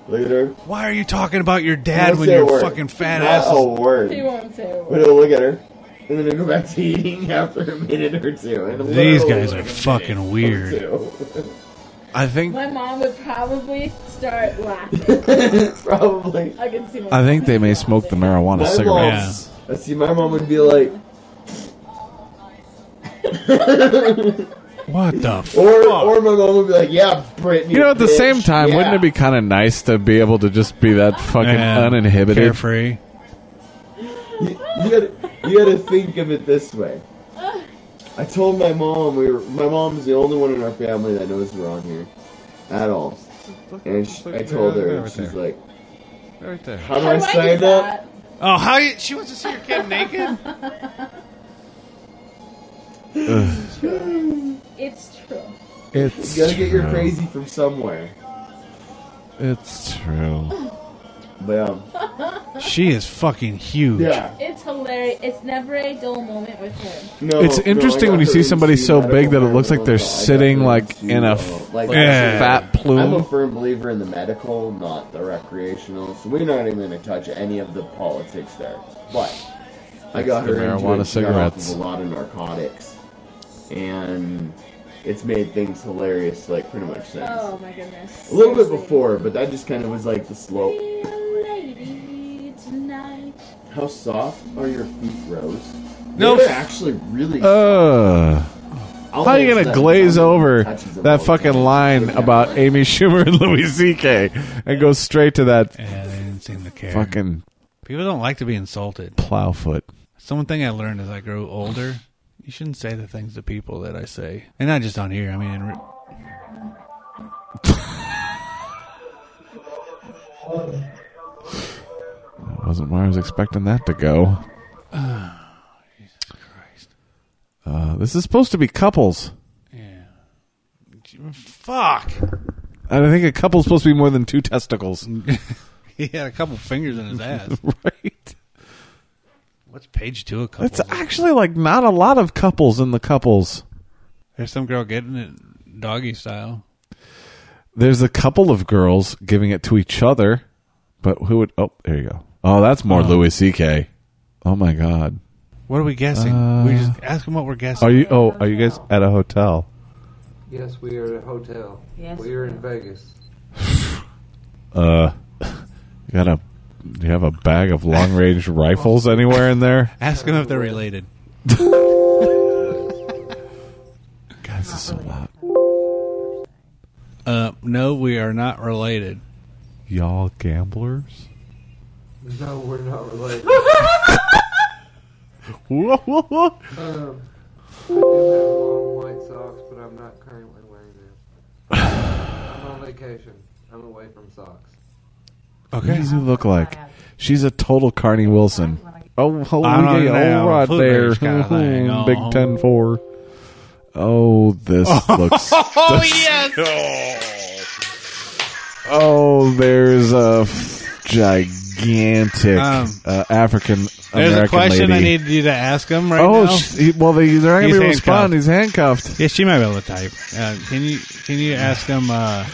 J: look at her.
D: Why are you talking about your
J: Won't
D: dad when
J: say a
D: your
J: word.
D: fucking fat
J: Not
D: ass?
J: a
D: is-
J: word.
K: He won't say a
J: But
K: word.
J: he'll look at her, and then he'll go back to eating after a minute or two. And
D: These
J: literally
D: guys
J: like
D: are
J: a
D: fucking
J: minute
D: weird.
J: or two.
C: I think
K: My mom would probably start laughing.
J: Probably.
K: I can see. my
C: I think
K: mom
C: they may
K: laughing.
C: smoke the marijuana
J: My
C: cigarette.
J: mom's- I see, my mom would be like,
D: What the fuck?
J: or or my mom would be like, yeah, Brittany.
C: You know, at the
J: bitch,
C: same time,
J: yeah."
C: wouldn't it be kind of nice to be able to just be that fucking
D: Man,
C: uninhibited?
D: Carefree.
J: You, you gotta, you gotta think of it this way. I told my mom we were. My mom's the only one in our family that knows we're on here, at all. And sh I told her, and she's like,
C: Right there.
J: "How do
K: How
J: I
K: do I
J: sign
K: do
J: up?"
K: that?
D: Oh, how you, she wants to see your kid naked?
K: It's true.
C: It's
J: You gotta get your
C: true.
J: crazy from somewhere.
C: It's true.
J: But um,
D: She is fucking huge.
J: yeah,
K: It's hilarious. It's never a dull moment with him.
J: no.
C: it's
J: no, I
C: interesting
J: got
C: when you
J: her
C: see
J: in
C: somebody
J: Steve
C: so
J: Medical
C: big that it
J: Marijuana
C: looks like
J: Hospital.
C: they're
J: I got
C: sitting
J: her
C: like
J: Steve
C: in a
J: Medical.
C: f-
J: Like,
D: Yeah.
C: fat
J: I'm a
C: plume.
J: firm believer in the medical, not the recreational. So we're not even gonna touch any of the politics there. But I got
C: the
J: her into
C: marijuana
J: it. She got off
C: cigarettes.
J: of a lot of narcotics, and it's made things hilarious. Like pretty much since.
K: Oh my goodness.
J: A little bit before, but that just kind of was like the slope.
K: Lady tonight.
J: How soft are your feet, Rose?
D: No,
J: They're
D: f-
J: actually really.
C: Ugh.
J: I'll
C: How are Uh, you
J: hold
C: gonna
J: that
C: glaze
J: down.
C: over
J: Touches them all
C: that
J: the
C: fucking
J: time.
C: line
J: Yeah.
C: about Amy Schumer and Louis C.K. and go straight to that
D: Yeah, they didn't seem to care.
C: fucking
D: People don't like to be insulted.
C: plow foot?
D: That's the one thing I learned as I grew older. You shouldn't say the things to people that I say, and not just on here. I mean, in re-
C: That wasn't where I was expecting that to go. Uh, this is supposed to be couples.
D: fuck.
C: And I think a couple's supposed to be more than two testicles.
D: He had a couple fingers in his ass.
C: right?
D: What's page two? A couple.
C: It's actually like not a lot of couples in the couples.
D: There's some girl getting it doggy style.
C: There's a couple of girls giving it to each other, but who would? Oh, there you go. Oh, that's more Louis C.K. Oh my God.
D: What are we guessing?
C: Uh,
D: we just ask him what we're guessing.
C: Are you? Oh, are you guys at a hotel?
L: Yes, we are at a hotel.
K: Yes,
L: We are in Vegas.
C: Uh, you got a? Do you have a bag of long range rifles anywhere in there?
D: ask him if they're related.
C: God, this is so loud.
D: Uh, no, we are not related.
C: Y'all gamblers.
L: No, we're not related.
C: Whoa, whoa, whoa.
L: um, I do have long white socks, but I'm not currently wearing them. I'm on vacation. I'm away from socks.
C: Okay. What does he look like? She's a total Carney Wilson. Oh, holy
D: I don't
C: gay,
D: know,
C: old right
D: food
C: there.
D: race kinda thing.
C: Mhm, Big
D: Oh.
C: Ten four. Oh, this looks.
D: Oh,
C: Oh, there's a f- gigantic
D: Um,
C: uh, African
D: There's
C: American
D: a question
C: lady.
D: I need you to ask him right
C: oh,
D: now.
C: sh- he- well, they, they're not going
D: He's
C: to be able to respond.
D: handcuffed.
C: He's handcuffed.
D: Yeah, she might be able to type. Uh, can you can you ask him uh,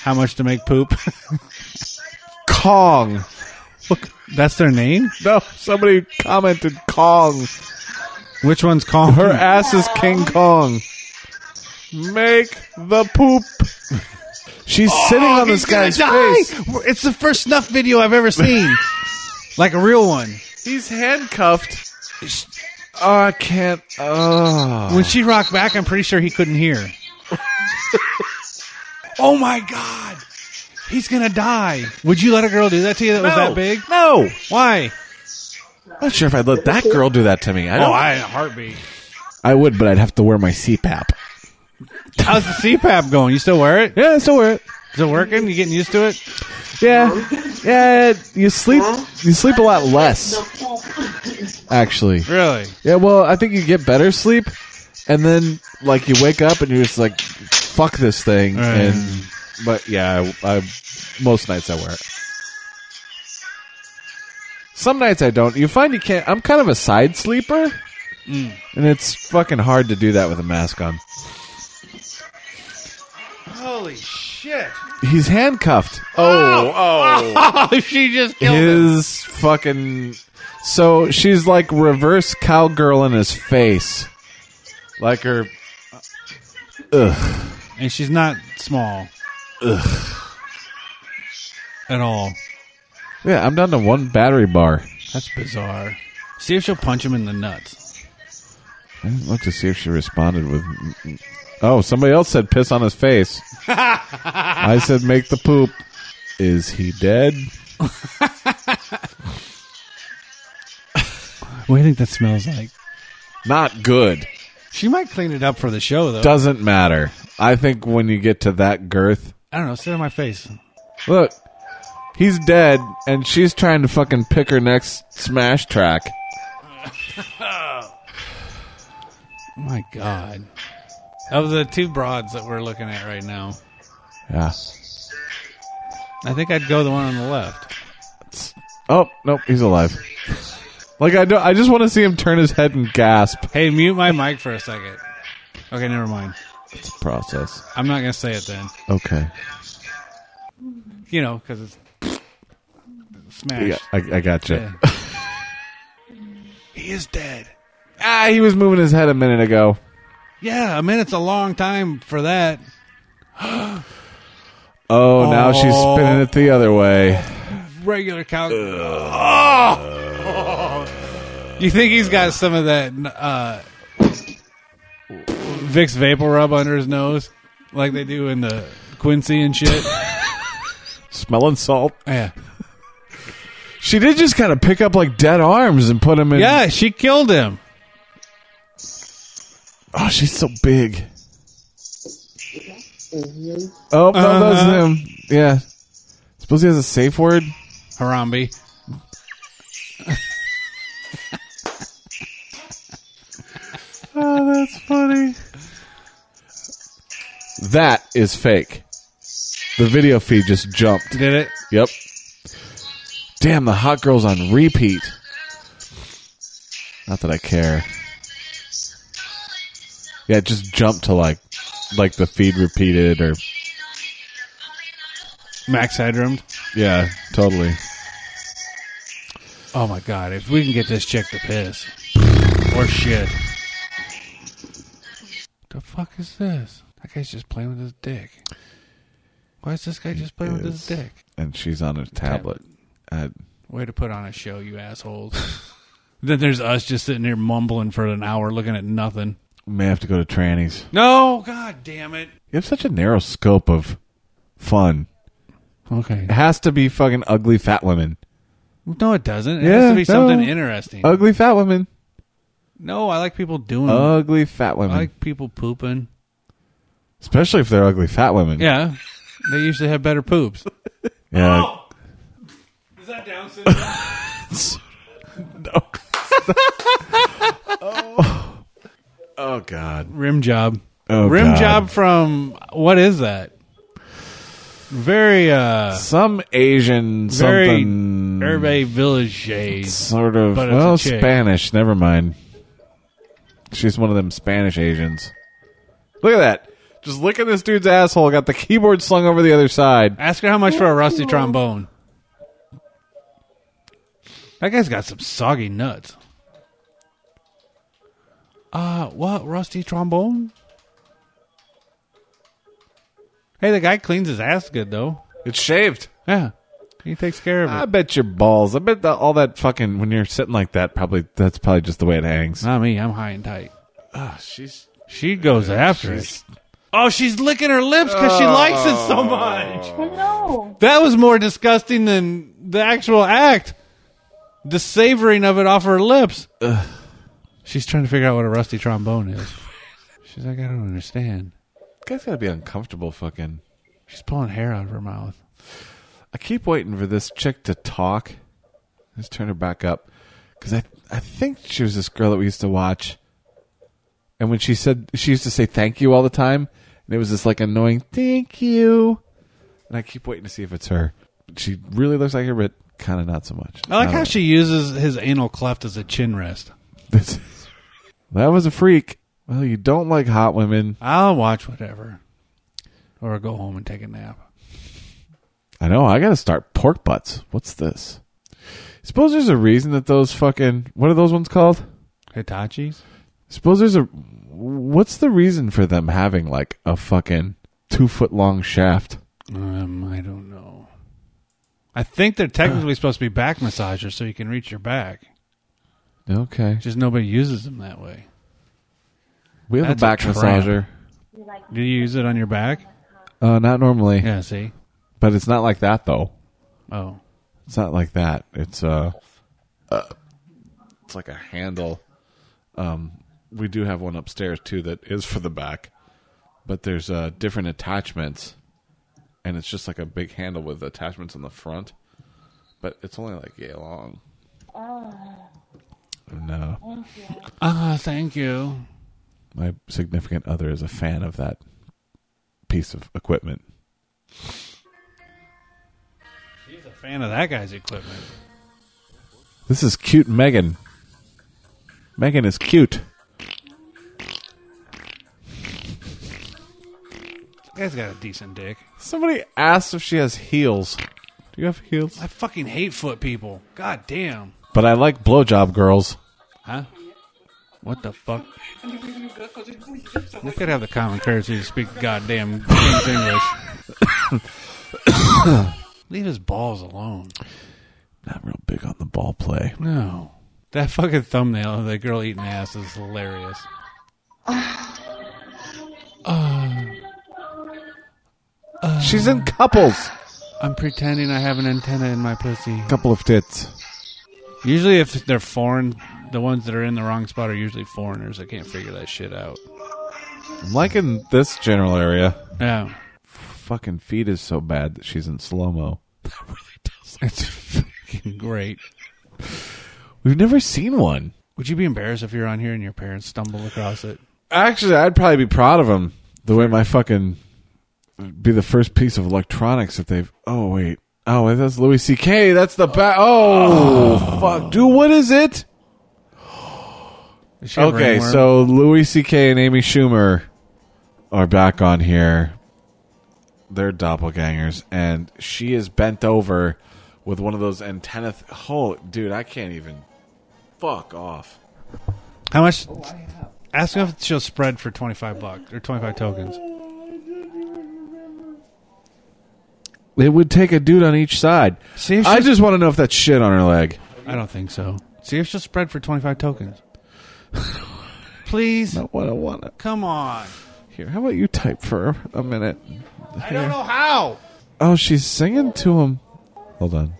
D: how much to make poop?
C: Kong.
D: Look, that's their name.
C: No, somebody commented Kong.
D: Which one's Kong?
C: Her ass is King Kong. Make the poop. She's sitting on this guy's face.
D: It's the first snuff video I've ever seen, like a real one.
C: He's handcuffed. Oh, I can't. Oh.
D: When she rocked back, I'm pretty sure he couldn't hear. oh my god, he's gonna die! Would you let a girl do that to you? That was
C: No.
D: that big?
C: No.
D: Why?
C: Not sure if I'd let that girl do that to me. I don't.
D: oh, I had a heartbeat.
C: I would, but I'd have to wear my CPAP.
D: How's the CPAP going? You still wear it?
C: Yeah, I still wear it.
D: Is it working? You getting used to it?
C: Yeah, yeah. You sleep. You sleep a lot less, actually.
D: Really?
C: Yeah. Well, I think you get better sleep, and then like you wake up and you're just like, "Fuck this thing."
D: Right.
C: And but yeah, I, I most nights I wear it. Some nights I don't. You find you can't. I'm kind of a side sleeper,
D: Mm.
C: and it's fucking hard to do that with a mask on.
D: Holy shit!
C: He's handcuffed. Oh,
D: she just killed him.
C: his fucking so she's like reverse cowgirl in his face like her ugh
D: And she's not small
C: ugh
D: at all.
C: yeah i'm down to one battery bar
D: That's bizarre. See if she'll punch him in the nuts.
C: i didn't look to see if she responded with oh somebody else said piss on his face i said make the poop is he dead
D: What do you think that smells like?
C: not good
D: She might clean it up for the show, though.
C: doesn't matter i think when you get to that girth
D: I don't know. Sit on my face.
C: look he's dead and she's trying to fucking pick her next smash track
D: My God. Of the two broads that we're looking at right now,
C: yeah
D: I think I'd go the one on the left.
C: Oh nope, he's alive. Like I do, I just want to see him turn his head and gasp.
D: Hey, mute my mic for a second. Okay, never mind.
C: It's a process.
D: I'm not gonna say it then.
C: Okay,
D: You know, because it's
C: I,
D: smashed.
C: I, I gotcha.
D: Yeah. he is dead.
C: ah, he was moving his head a minute ago.
D: Yeah, a minute's a long time for that.
C: Oh, now she's
D: Oh.
C: spinning it the other way.
D: Regular cow. Oh! You think he's got some of that uh, Vicks vapor rub under his nose, like they do in the Quincy and shit?
C: Smelling salt.
D: yeah.
C: She did just kind of pick up like dead arms and put him in.
D: Yeah, she killed him.
C: Oh, she's so big. Oh no, that's
D: Uh-huh.
C: him. Yeah. Suppose he has a safe word.
D: Harambe.
C: Oh, that's funny. That is fake. The video feed just jumped.
D: Did it?
C: Yep. Damn, the hot girl's on repeat. Not that I care. Yeah, it just jumped to like, like the feed repeated or
D: Max Headroom.
C: yeah, totally.
D: Oh my god, if we can get this chick to piss. Or shit. The fuck is this? That guy's just playing with his dick. Why is this guy just playing with his
C: Yes.
D: dick?
C: And she's on a tablet. Uh,
D: Way to put on a show, you assholes. then there's us just sitting here mumbling for an hour looking at nothing.
C: may have to go to trannies.
D: No, god damn it.
C: You have such a narrow scope of fun.
D: Okay.
C: It has to be fucking ugly fat women.
D: No, Uh, it doesn't. It has to be
C: no.
D: something interesting.
C: Ugly fat women.
D: no, I like people doing
C: Ugly fat
D: I
C: women.
D: like people pooping.
C: Especially if they're ugly fat women.
D: Yeah. They usually have better poops.
C: Yeah.
D: Is that Down syndrome? no. oh.
C: oh God.
D: Rim job.
C: Oh,
D: Rim
C: God.
D: job from what is that? Very uh
C: some Asian
D: very
C: something.
D: Herbe Village shade.
C: Sort of.
D: But it's a
C: well,
D: chick.
C: Spanish. Never mind. She's one of them Spanish Asians. Look at that. Just licking this dude's asshole. Got the keyboard slung over the other side.
D: Ask her how much for a rusty trombone. That guy's got some soggy nuts. Uh, what? Rusty trombone? Hey, the guy cleans his ass good, though.
C: It's shaved.
D: Yeah. He takes care of it.
C: I bet your balls. I bet that all that fucking when you're sitting like that, probably that's probably just the way it hangs.
D: Not me. I'm high and tight.
C: Ah, she's
D: she goes after it. Oh, she's licking her lips because she likes it so much.
K: Hello.
D: That was more disgusting than the actual act. The savoring of it off her lips. She's trying to figure out what a rusty trombone is. She's like, I don't understand.
C: Guy's gotta be uncomfortable. Fucking.
D: She's pulling hair out of her mouth.
C: I keep waiting for this chick to talk. Let's turn her back up because I I think she was this girl that we used to watch. And when she said she used to say thank you all the time, and it was this like annoying thank you. And I keep waiting to see if it's her. She really looks like her, but kind of not so much.
D: I like
C: don't
D: how
C: know.
D: she uses his anal cleft as a chin rest.
C: that was a freak. Well, you don't like hot women.
D: I'll watch whatever. Or go home and take a nap.
C: I know. I got to start pork butts. What's this? Suppose there's a reason that those fucking what are those ones called?
D: Hitachis?
C: Suppose there's a what's the reason for them having like a fucking two foot long shaft?
D: Um, I don't know. I think they're technically supposed to be back massagers so you can reach your back.
C: Okay,
D: Just nobody uses them that way.
C: we have
D: That's
C: a back
D: tramp.
C: massager.
D: Do you use it on your back?
C: Uh, not normally.
D: Yeah, see?
C: but it's not like that though.
D: Oh.
C: It's not like that. It's uh, uh it's like a handle. Um we do have one upstairs too that is for the back. But there's uh different attachments and it's just like a big handle with attachments on the front. But it's only like yay long. No.
D: Ah, thank you.
C: My significant other is a fan of that piece of equipment.
D: She's a fan of that guy's equipment.
C: This is cute Megan. Megan is cute.
D: That guy's got a decent dick.
C: Somebody asked if she has heels. Do you have heels?
D: I fucking hate foot people. God damn.
C: But I like blowjob girls.
D: Huh? What the fuck? They could have the common courtesy to speak goddamn King's English. Leave his balls alone.
C: Not real big on the ball play.
D: No. That fucking thumbnail of that girl eating ass is hilarious. Uh, uh,
C: She's in couples.
D: I'm pretending I have an antenna in my pussy.
C: Couple of tits.
D: Usually, if they're foreign, the ones that are in the wrong spot are usually foreigners that can't figure that shit out.
C: I'm liking this general area.
D: Yeah.
C: Fucking feet is so bad that she's in slow mo.
D: It's fucking great.
C: We've never seen one.
D: Would you be embarrassed if you're on here and your parents stumble across it?
C: Actually, I'd probably be proud of them. The way my fucking be the first piece of electronics that they've. Oh wait. Oh, that's Louis C.K. That's the back. Oh, fuck, dude, what is it?
D: Is she a
C: Okay,
D: ringworm?
C: so Louis C.K. and Amy Schumer are back on here. They're doppelgangers, and she is bent over with one of those antenna. Th- oh, dude, I can't even. Fuck off.
D: How much? Ask them if she'll spread for 25 bucks or 25 tokens.
C: It would take a dude on each side.
D: See if
C: I
D: she's-
C: just want to know if that's shit on her leg.
D: I don't think so. See if she'll spread for 25 tokens. Please.
C: Not what I want. it.
D: Come on.
C: Here, how about you type for a minute?
D: I don't know how.
C: Oh, she's singing to him. Hold on.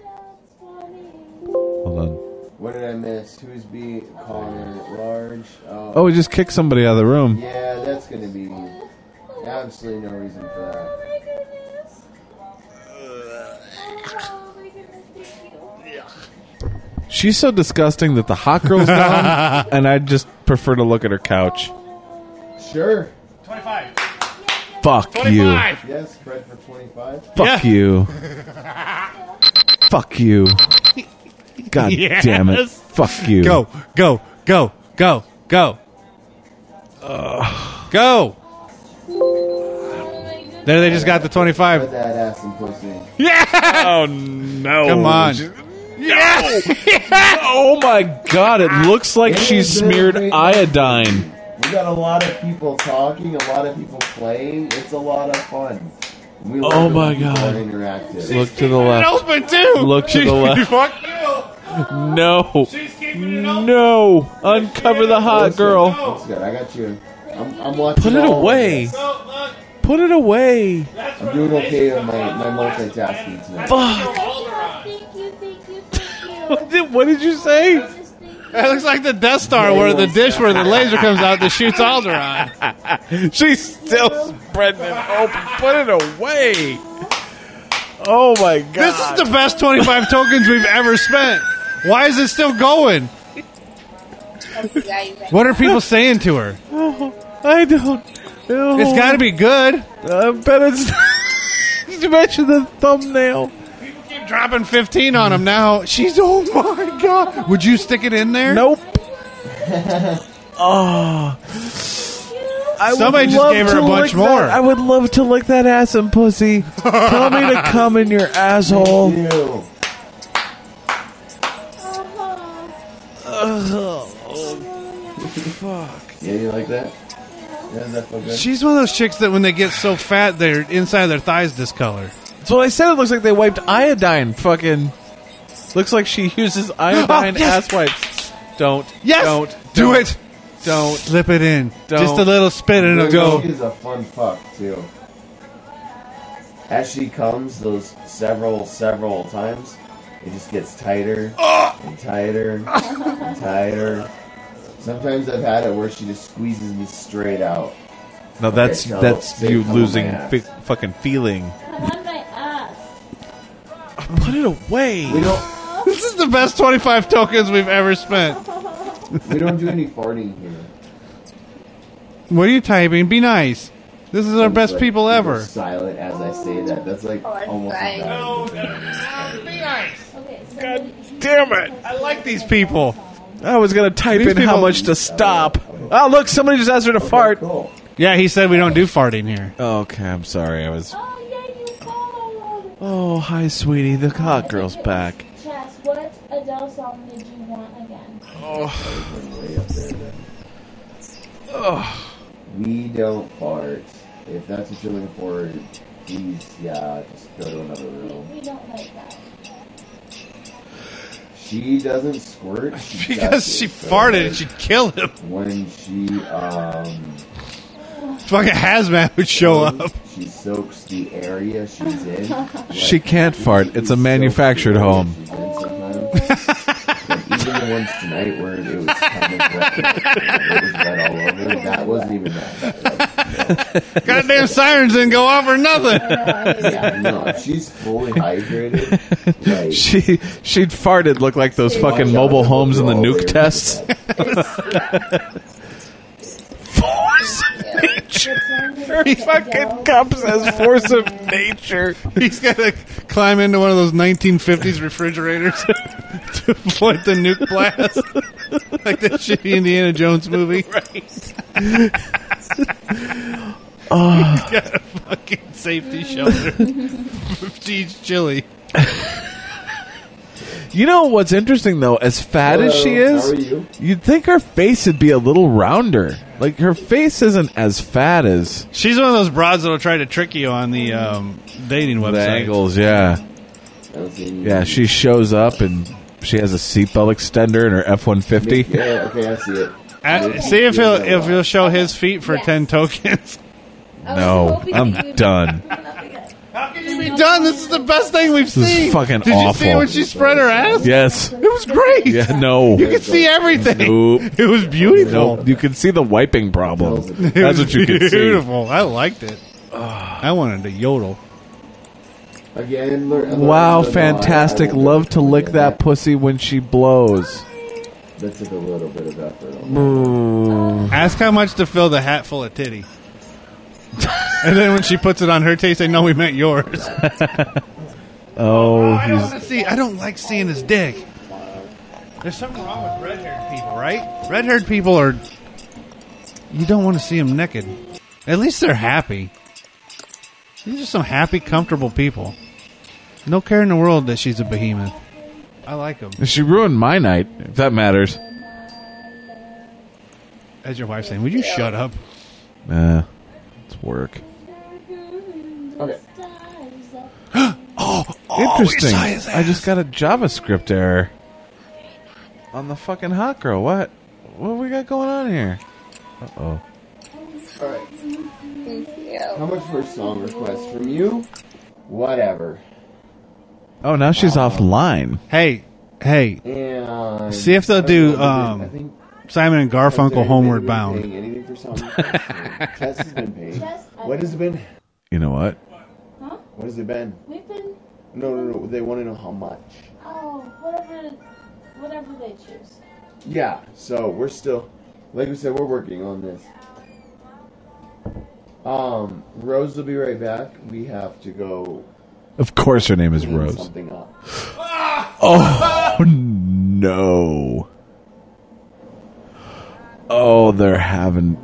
C: Hold on.
J: What did I miss? Who's being calling in at large?
C: Oh, he just kicked somebody out of the room.
J: Yeah, that's gonna be absolutely no reason for that.
C: She's so disgusting that the hot girl's gone, and I just prefer to look at her couch.
J: Sure.
M: 25.
C: Fuck you.
J: Yes, Fred for 25.
C: Fuck
J: Yeah.
C: you. Fuck you. God
J: Yes.
C: damn it. Fuck you. Oh,
D: Go, go, go, go, go. Go. There they just got the 25.
J: Put that ass in pussy.
D: Yeah.
C: Oh no.
D: Come on.
C: Yeah. oh my god, it looks like she smeared iodine.
J: We got a lot of people talking, a lot of people playing. It's a lot of fun. We love
C: Oh
J: it
C: my
J: when people
C: God.
J: are Interactive.
C: Look to the left.
D: open too.
C: Look to the left.
D: Fuck.
C: No. No. Uncover the hot girl.
J: Looks good. I got you. I'm, I'm watching.
C: Put it
J: all of
C: away.
J: this.
C: Put it away.
J: I'm doing okay with my, my multitasking tonight.
C: What did, what did you say?
D: That looks like the Death Star where the dish where the laser comes out that shoots Alderaan.
C: She's still spreading it open. Put it away. Oh my god.
D: This is the best 25 tokens we've ever spent. Why is it still going? What are people saying to her?
C: I don't know.
D: It's got to be good.
C: I bet it's. Did you mention the thumbnail?
D: People keep dropping 15 on them now. She's, oh my God. Would you stick it in there?
C: Nope. Oh. I would
D: Somebody just
C: love
D: gave her
C: to
D: a bunch
C: lick that-
D: more.
C: I would love to lick that ass and pussy. Tell me to come in your asshole.
J: Ew.
C: Fuck.
J: Yeah, you like that? Yeah, does that feel good?
D: She's one of those chicks that when they get so fat, their inside of their thighs discolor.
C: So I said it looks like they wiped iodine. Fucking. Looks like she uses iodine
D: Oh, yes.
C: ass wipes. Don't.
D: Yes.
C: Don't.
D: Do
C: don't,
D: it.
C: Don't.
D: Slip it in.
C: Don't.
D: Just a little spit and it'll
J: She
D: go.
J: is a fun fuck too. As she comes, those several, several times, it just gets tighter and tighter and tighter. Sometimes I've had it where she just squeezes me straight out.
C: No, that's
J: Okay, no,
C: that's
J: say
C: you
J: come on
C: losing
J: my ass.
C: fi- fucking feeling.
K: on my ass.
C: Put it away.
J: We don't
D: This is the best 25 tokens we've ever spent.
J: we don't do any farting here.
D: What are you typing? Be nice. This is our
J: It's
D: best
J: like
D: people ever.
J: Silent as I say that. That's like
F: Oh,
J: almost. embarrassing.
K: God
C: damn it!
D: I like these people.
C: I was gonna type
D: These
C: in how
D: people-
C: much to stop. Oh, look, somebody just asked her to fart.
D: Yeah, he said we don't do farting here.
C: Oh, Okay, I'm sorry. I was. Oh, hi, sweetie. The hot girl's back.
K: Chas, what Adele song did you want again?
C: Oh.
J: We don't fart. If that's what you're looking for, please, yeah, just go to another room.
K: We don't like that.
J: She doesn't squirt she
D: Because
J: does
D: she
J: it, so,
D: farted and
J: like,
D: she killed him.
J: When she um,
D: Fucking hazmat would show up.
J: she soaks the area she's in. like,
C: She can't fart. It's a manufactured home.
J: she's in sometimes. Like, even the ones tonight where it was kind of wet, it was wet all over. That wasn't even that.
D: Goddamn sirens didn't go off or nothing.
J: Yeah, no, if she's fully hydrated. Like,
C: She she'd farted. Look like those fucking mobile homes in the nuke tests. Force of nature. He fucking cup says force of nature.
D: He's gotta climb into one of those 1950s refrigerators to avoid the nuke blast, like that shitty Indiana Jones movie. Right.
C: Oh,
D: got a fucking safety shelter. She's chilly.
C: you know what's interesting though? As fat as she
J: Hello,
C: is,
J: how are you?
C: would think her face would be a little rounder. Like her face isn't as fat as
D: She's one of those broads that'll try to trick you on the um, dating
C: the
D: website.
C: angles. Yeah.
J: that was in-
C: Yeah, she shows up and she has a seatbelt extender and her F one fifty.
J: Yeah, okay, I see it.
D: Uh, see if he'll if he'll show his feet for ten tokens.
C: No, I'm done.
D: How can you be done? This is the best thing we've
C: This is
D: seen.
C: fucking
D: Did you see
C: awful.
D: when she spread her ass?
C: Yes.
D: It was great.
C: Yeah. No.
D: You could see everything.
C: Nope.
D: It was beautiful.
C: Nope. You could see the wiping problem.
D: It
C: That's
D: was
C: what you could see. Ah.
D: Beautiful. I liked it. I wanted to yodel.
J: Again, learn- learn
C: Wow,
J: the lie.
C: fantastic.
J: I won't
C: Love to lick that pussy when she blows.
J: That took a little bit of effort.
D: Ask how much to fill the hat full of titty. and then when she puts it on her taste, they know we meant yours.
C: Oh,
D: I don't want
C: he's
D: to see. I don't like seeing his dick. There's something wrong with red-haired people, right? Red-haired people are. You don't want to see them naked. At least they're happy. These are some happy, comfortable people. No care in the world that she's a behemoth. I like them.
C: she ruined my night, if that matters.
D: As your wife's saying, "Would you shut up?"
C: Uh, it's work.
J: Okay.
C: oh,
D: oh,
C: Interesting.
D: we saw his
C: I just got a JavaScript error on the fucking hot girl. What? What we got going on here? Uh oh.
J: Alright. How much for a song request from you? Whatever.
C: Oh, now she's offline.
D: Hey, hey.
J: And
D: See if
J: I
D: they'll
J: don't
D: do
J: know, I
D: um,
J: think-
D: Simon and Garfunkel Homeward Bound.
J: Paying anything for something. Tess has been paid. What has it been?
C: You know what?
K: Huh?
J: What has it been?
K: We've been.
J: No, no, no. They want to know how much.
K: Oh, whatever, whatever they choose.
J: Yeah. So we're still, like we said, we're working on this. Um, Rose will be right back. We have to go
C: Of course, her name is
J: clean
C: Rose.
J: something up.
C: Oh no! Oh, they're having,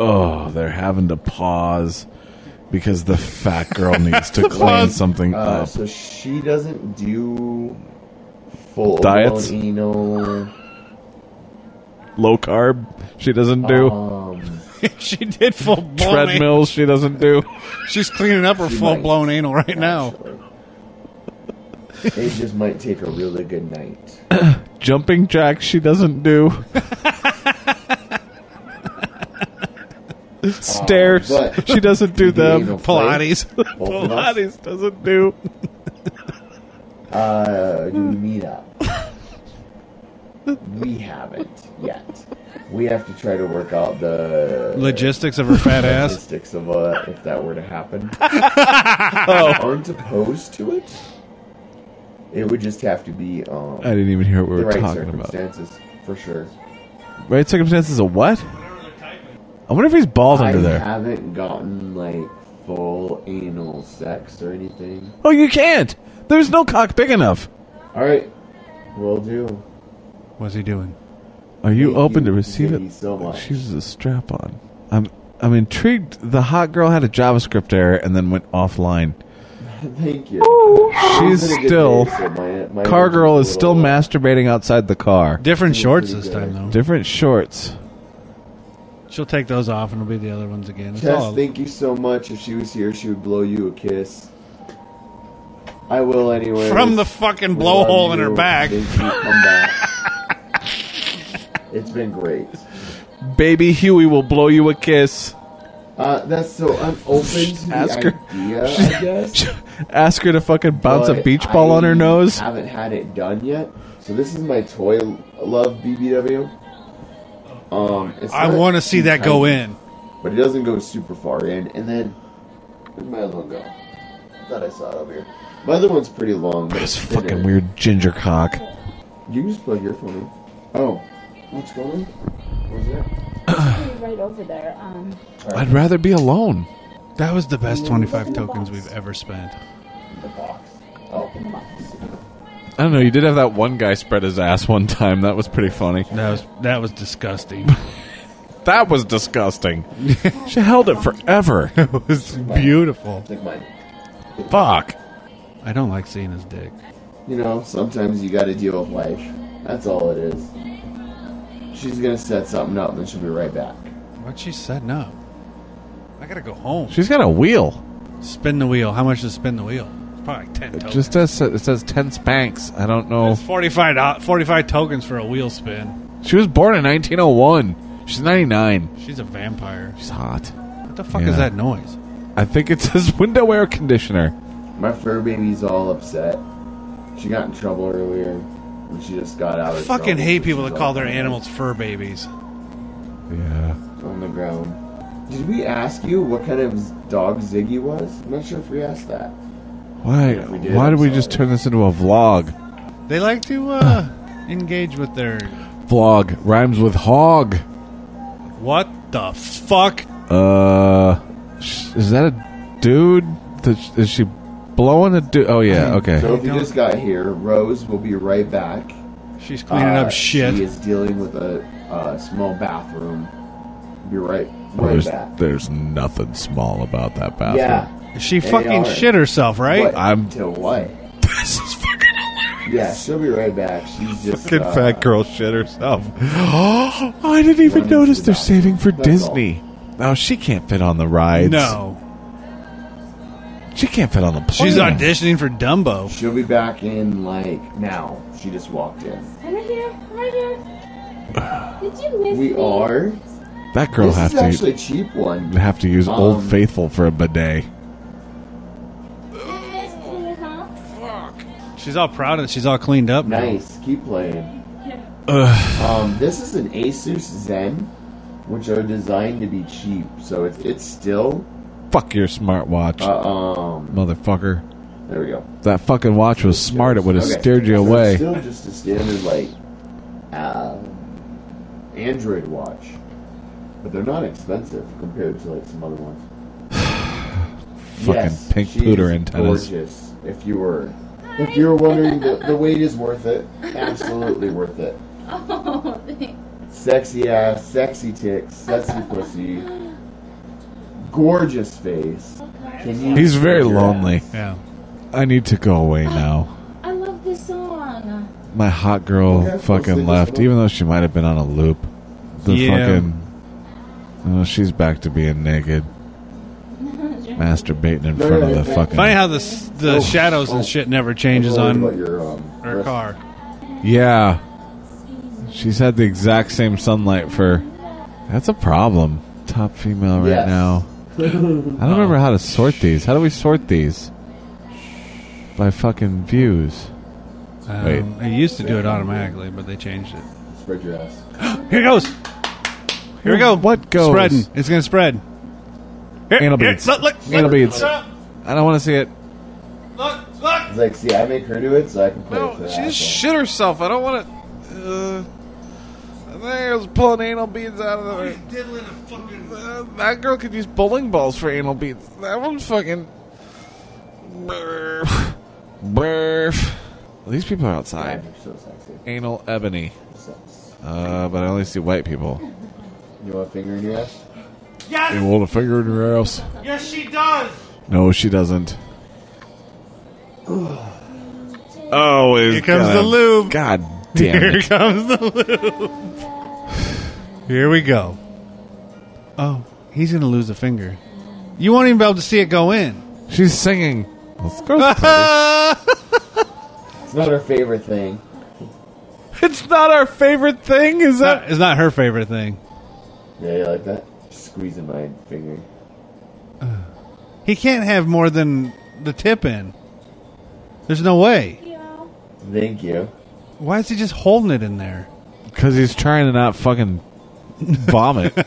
C: oh, they're having to pause because the fat girl needs to clean something
J: Uh,
C: up.
J: So she doesn't do full
C: Diets?
J: blown anal.
C: Low carb, she doesn't do.
J: Um,
D: she did full blown
C: Treadmills, she doesn't do.
D: She's cleaning up her
J: She
D: full
J: might,
D: blown anal right now.
J: It just might take a really good night.
C: Jumping jacks, she doesn't do. Stairs,
J: Uh, but-
C: she doesn't do them.
J: Pilates. Both of us.
C: Pilates doesn't do.
J: Uh, do we meet up? we haven't yet. We have to try to work out the
D: Logistics of her fat ass.
J: logistics of uh, if that were to happen.
C: Oh.
J: Aren't opposed to it. It would just have to be um,
C: I didn't even hear what we
J: the
C: were
J: right
C: talking about.
J: circumstances for sure.
C: Right circumstances of what? I wonder if he's bald
J: I
C: under there.
J: haven't gotten like full anal sex or anything.
C: Oh, you can't. There's no cock big enough.
J: All right, will do.
D: What's he doing?
C: Are you
J: Thank
C: open
J: you,
C: to receive
J: thank you
C: it?
J: so much.
C: She uses a strap on. I'm I'm intrigued. The hot girl had a JavaScript error and then went offline.
J: Thank you.
C: She's
J: It's been a good
C: still
J: day, so my- my
C: car
J: energy's
C: girl
J: a
C: is
J: little
C: still
J: low.
C: masturbating outside the car.
D: Different shorts this time though.
C: Different shorts.
D: She'll take those off and it'll be the other ones again. It's
J: Tess,
D: all
J: thank you so much. If she was here, she would blow you a kiss. I will anyway.
D: from the fucking blowhole in her back.
J: Come back. it's been great.
C: Baby Huey will blow you a kiss.
J: Uh, that's so. I'm open to the
C: Ask her.
J: idea. I guess.
C: Ask her to fucking bounce a
J: but
C: beach ball on her
J: I
C: nose.
J: Haven't had it done yet. So this is my toy love BBW. Um, it's
D: I
J: not
D: want to see
J: too
D: that go
J: tiny,
D: in.
J: but it doesn't go super far in. And then where'd my other one go? I thought I saw it over here. My other one's pretty long. But
C: This
J: it's thinner.
C: fucking weird ginger cock.
J: You can just plug your phone in. Oh, what's going? on? Where's that?
K: Be right over there. Um,
C: I'd rather be alone.
D: That was the best 25 tokens we've ever spent.
J: The box. Oh, the box.
C: I don't know. You did have that one guy spread his ass one time. That was pretty funny.
D: That was that was disgusting.
C: That was disgusting. she held it forever.
D: it was beautiful.
J: Take mine.
C: Fuck.
D: I don't like seeing his dick.
J: You know, sometimes you gotta deal with life. That's all it is. She's gonna set something up, and then she'll be right back.
D: What's she setting up? I gotta go home.
C: She's got a wheel.
D: Spin the wheel. How much does spin the wheel? It's probably like 10
C: It
D: tokens.
C: just says it says ten spanks. I don't know.
D: It's 45, do- 45 tokens for a wheel spin.
C: She was born in 1901. She's 99.
D: She's a vampire.
C: She's hot.
D: What the fuck
C: Yeah.
D: is that noise?
C: I think it's his window air conditioner.
J: My fur baby's all upset. She got in trouble earlier, and she just got out
D: I
J: of
D: fucking
J: trouble,
D: hate
J: so
D: people
J: she's
D: that
J: all
D: call their
J: on-
D: animals fur babies.
C: Yeah.
J: on the ground. Did we ask you what kind of dog Ziggy was? I'm not sure if we asked that.
C: Why?
D: If we did,
C: why
D: I'm
C: did we just turn this into a vlog?
D: They like to uh, engage with their.
C: Vlog rhymes with hog.
D: What the fuck?
C: Uh, sh- is that a dude? Th- Is she blowing a dude? Oh yeah. Okay.
E: So if you just got here, Rose will be right back.
D: She's
C: cleaning up shit.
E: Uh, Ah, She is dealing with a uh, small bathroom. Be right, right
C: There's,
E: back.
C: there's nothing small about that bathroom.
E: Yeah.
D: She
E: They
D: fucking
E: are.
D: shit herself, right?
E: What?
C: I'm-
E: to what?
C: This is fucking
E: hilarious. Yeah, she'll be right back. She's just
C: Fucking
E: uh,
C: fat girl shit herself. Oh, I didn't even notice they're saving for Disney. Oh, she can't fit on the rides.
D: No.
C: She can't fit on the plane.
D: She's auditioning for Dumbo.
E: She'll be back in like now. She just walked in.
I: I'm right here. I'm right here. Did you miss me?
E: We are.
C: That girl
E: This
C: have
E: is
C: to
E: actually a cheap one.
C: have to use Old
E: Um,
C: Faithful for a bidet.
D: She's all proud of it. She's all cleaned up. now.
E: Nice. Keep playing. Um, this is an Asus Zen, which are designed to be cheap, so it's it's still.
C: Fuck your smartwatch,
E: Uh, um,
C: motherfucker.
E: There we go.
C: That fucking watch was smart. It would have
E: Okay,
C: steered you
E: so it's
C: away.
E: Still just a standard like uh, Android watch, but they're not expensive compared to like some other ones.
C: Fucking pink
E: she
C: pooter
E: is
C: antennas.
E: Gorgeous. If you were, if you were wondering, the, the wait is worth it. Absolutely worth it.
I: Oh, thank-
E: Sexy ass, sexy tits, sexy pussy, gorgeous face. Can you
C: He's very
E: figure out-
C: lonely.
D: Yeah.
C: I need to go away now.
I: I love this song.
C: My hot girl
I: Okay, let's leave
C: fucking
I: this
C: left,
I: alone.
C: even though she might have been on a loop. The
D: Yeah.
C: fucking. Oh, she's back to being naked. Masturbating in front of the fucking.
D: Funny how the s- the
C: Oh,
D: shadows
C: oh.
D: and shit never changes on
C: I'm worried
D: her car.
C: Yeah. She's had the exact same sunlight for. That's a problem. Top female right
D: Yes.
C: now. I don't remember how to sort these. How do we sort these? By fucking views.
D: Um,
C: Wait.
D: They used to do it automatically, but they changed it.
E: Spread your ass.
D: Here goes. Here we go.
C: What goes?
D: Spreading. It's gonna spread. Here,
C: Anal
D: here,
C: beads.
D: look, look, Uh,
C: Anal
D: look.
C: beads. I don't want to see it.
E: It's like, see, I make her do it, so I can play with her.
C: She just shit herself. I don't want to. Uh, I think I was pulling anal beads out of the. Uh, that girl could use bowling balls for anal beads. That one's fucking. Burf. Burf. These people are outside. Anal ebony. Uh, but I only see white people.
E: You want a finger in your ass?
C: You hold a finger in your ass.
D: Yes, she does.
C: No, she doesn't. Oh,
D: Here comes the lube.
C: God damn
D: Here
C: it.
D: comes the lube. Here we go. Oh, he's gonna lose a finger. You won't even be able to see it go in.
C: She's singing. Let's go.
E: It's not her favorite thing.
C: It's not our favorite thing, is that?
D: It's not her favorite thing.
E: Yeah, you like that? Squeezing my finger.
D: He can't have more than the tip in. There's no way.
E: Thank you.
D: Why is he just holding it in there?
C: Because he's trying to not fucking vomit. she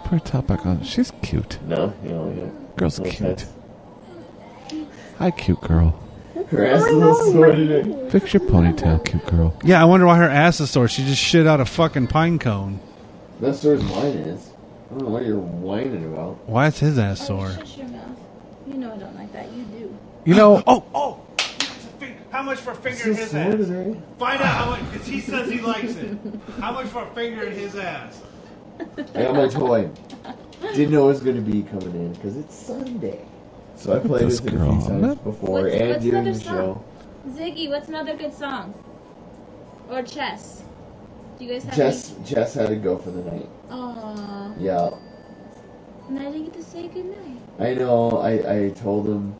C: put her top back on. She's cute.
E: No, you don't like it.
C: Girl's
E: Okay.
C: cute. Hi, cute girl.
E: Her ass is all sorted in.
C: Fix your ponytail, cute girl.
D: Yeah, I wonder why her ass is sore. She just shit out a fucking pine cone.
E: That's where his wine is. I don't know what you're whining about.
D: Why is his ass sore?
I: Shut your mouth. You know I don't like that. You do.
C: You know.
D: Oh, oh. How much for a finger in his ass? Find out how much, because he says he likes it. How much for a finger in his ass?
E: I got my toy. Didn't know it was going to be coming in because it's Sunday. So I
C: Look at
E: played
C: this
E: this it a few
C: girl. I'm
E: times
C: not-
E: before
I: What's-
E: and
I: what's
E: during
I: another
E: the
I: song?
E: show.
I: Ziggy, what's another good song? Or chess? Do you guys have
E: Jess, Jess had to go for the night.
I: any? Aww.
E: Yeah,
I: And I didn't get to say goodnight.
E: I know. I, I told him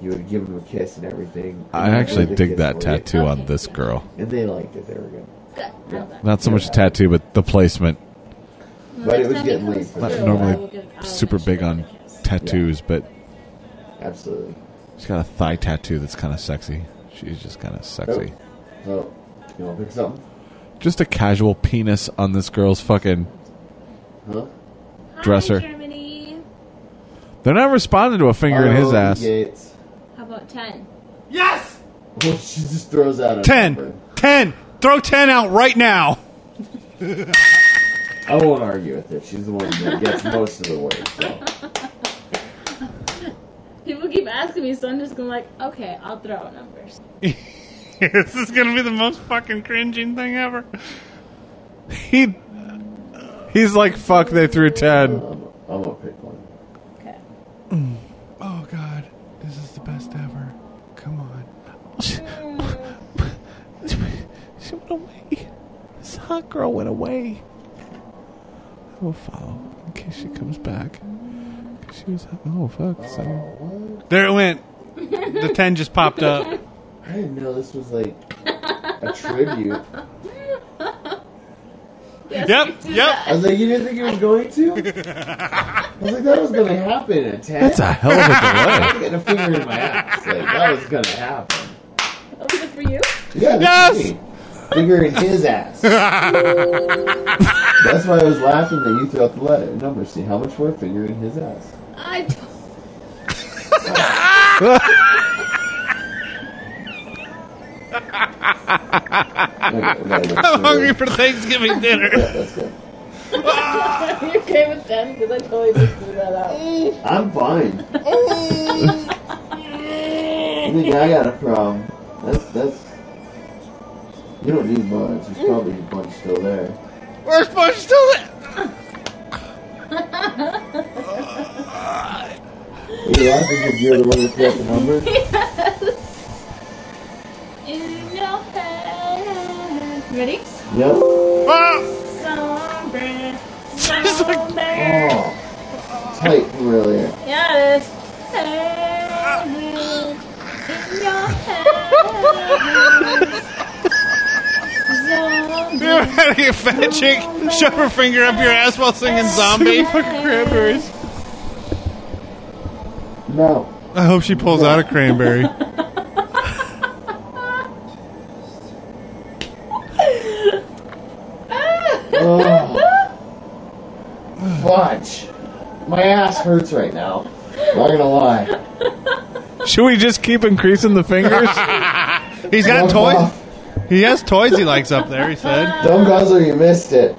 E: you would give him a kiss and everything.
C: I
E: And
C: actually
E: did a
C: dig
E: kiss
C: that
E: for you.
C: tattoo on this girl.
E: And they liked it. They were good.
C: Not so much the tattoo, but the placement.
E: But it was getting late. For
C: Not
E: them.
C: normally super big on tattoos, but
E: Absolutely.
C: she's got a thigh tattoo that's kind of sexy. She's just kind of sexy.
E: Oh, oh, you want to pick something?
C: Just a casual penis on this girl's fucking
E: Huh?
C: dresser.
I: Germany.
C: They're not responding to a finger in his
D: Oh,
E: Arlo
C: ass.
E: Gates.
I: How
F: about ten?
N: Yes!
E: Well, she just throws out a number.
D: Ten. Ten. Throw ten out right now.
E: I won't argue with it. She's the one that gets most of the work. So.
F: People keep asking me, so I'm just gonna like, okay, I'll throw out numbers.
D: this is gonna be the most fucking cringing thing ever.
C: He he's like fuck. They threw ten.
E: I'm gonna pick one.
D: Oh God, this is the best ever. Come on.
C: She went away. This hot girl went away. I will follow in case she comes back. 'Cause She was oh fuck. So
D: There it went. The ten just popped up.
E: I didn't know this was like a tribute.
D: Yep. Yep.
E: I was like, you didn't think it was going to? I was like, that was gonna happen in a ten.
C: that's a hell of a
E: I'm getting a finger in my ass. Like that was gonna happen.
F: That was it for you?
E: Yeah,
D: Yes!
E: that's me. Finger in his ass. That's why I was laughing that you threw out the letter number. See how much more finger in his ass.
F: I don't.
C: delay.
E: Okay, okay,
D: I'm hungry for Thanksgiving dinner.
E: That's good.
F: you okay with ten? Because I totally just threw that out.
E: I'm fine. I think I got a problem. That's that's. You don't need much. There's probably a bunch still there.
D: Where's Bush still there?
E: You're laughing because you're the one that threw out the number.
F: In your head. Ready?
E: Yep.
D: Oh,
F: Somewhere.
D: She's like-
F: Somewhere.
E: Oh, tight from earlier.
F: Yeah, it is. In your head.
D: you ever had a fat chick shove her finger up your ass while singing zombie? cranberries.
E: No.
D: I hope she pulls out a cranberry.
E: Oh. Fudge. My ass hurts right now. Not gonna lie.
C: Should we just keep increasing the fingers?
D: He's got
E: Dumb
D: toys.
E: Gos-
D: He has toys he likes up there. He said.
E: Dumb Guzzler, you missed it.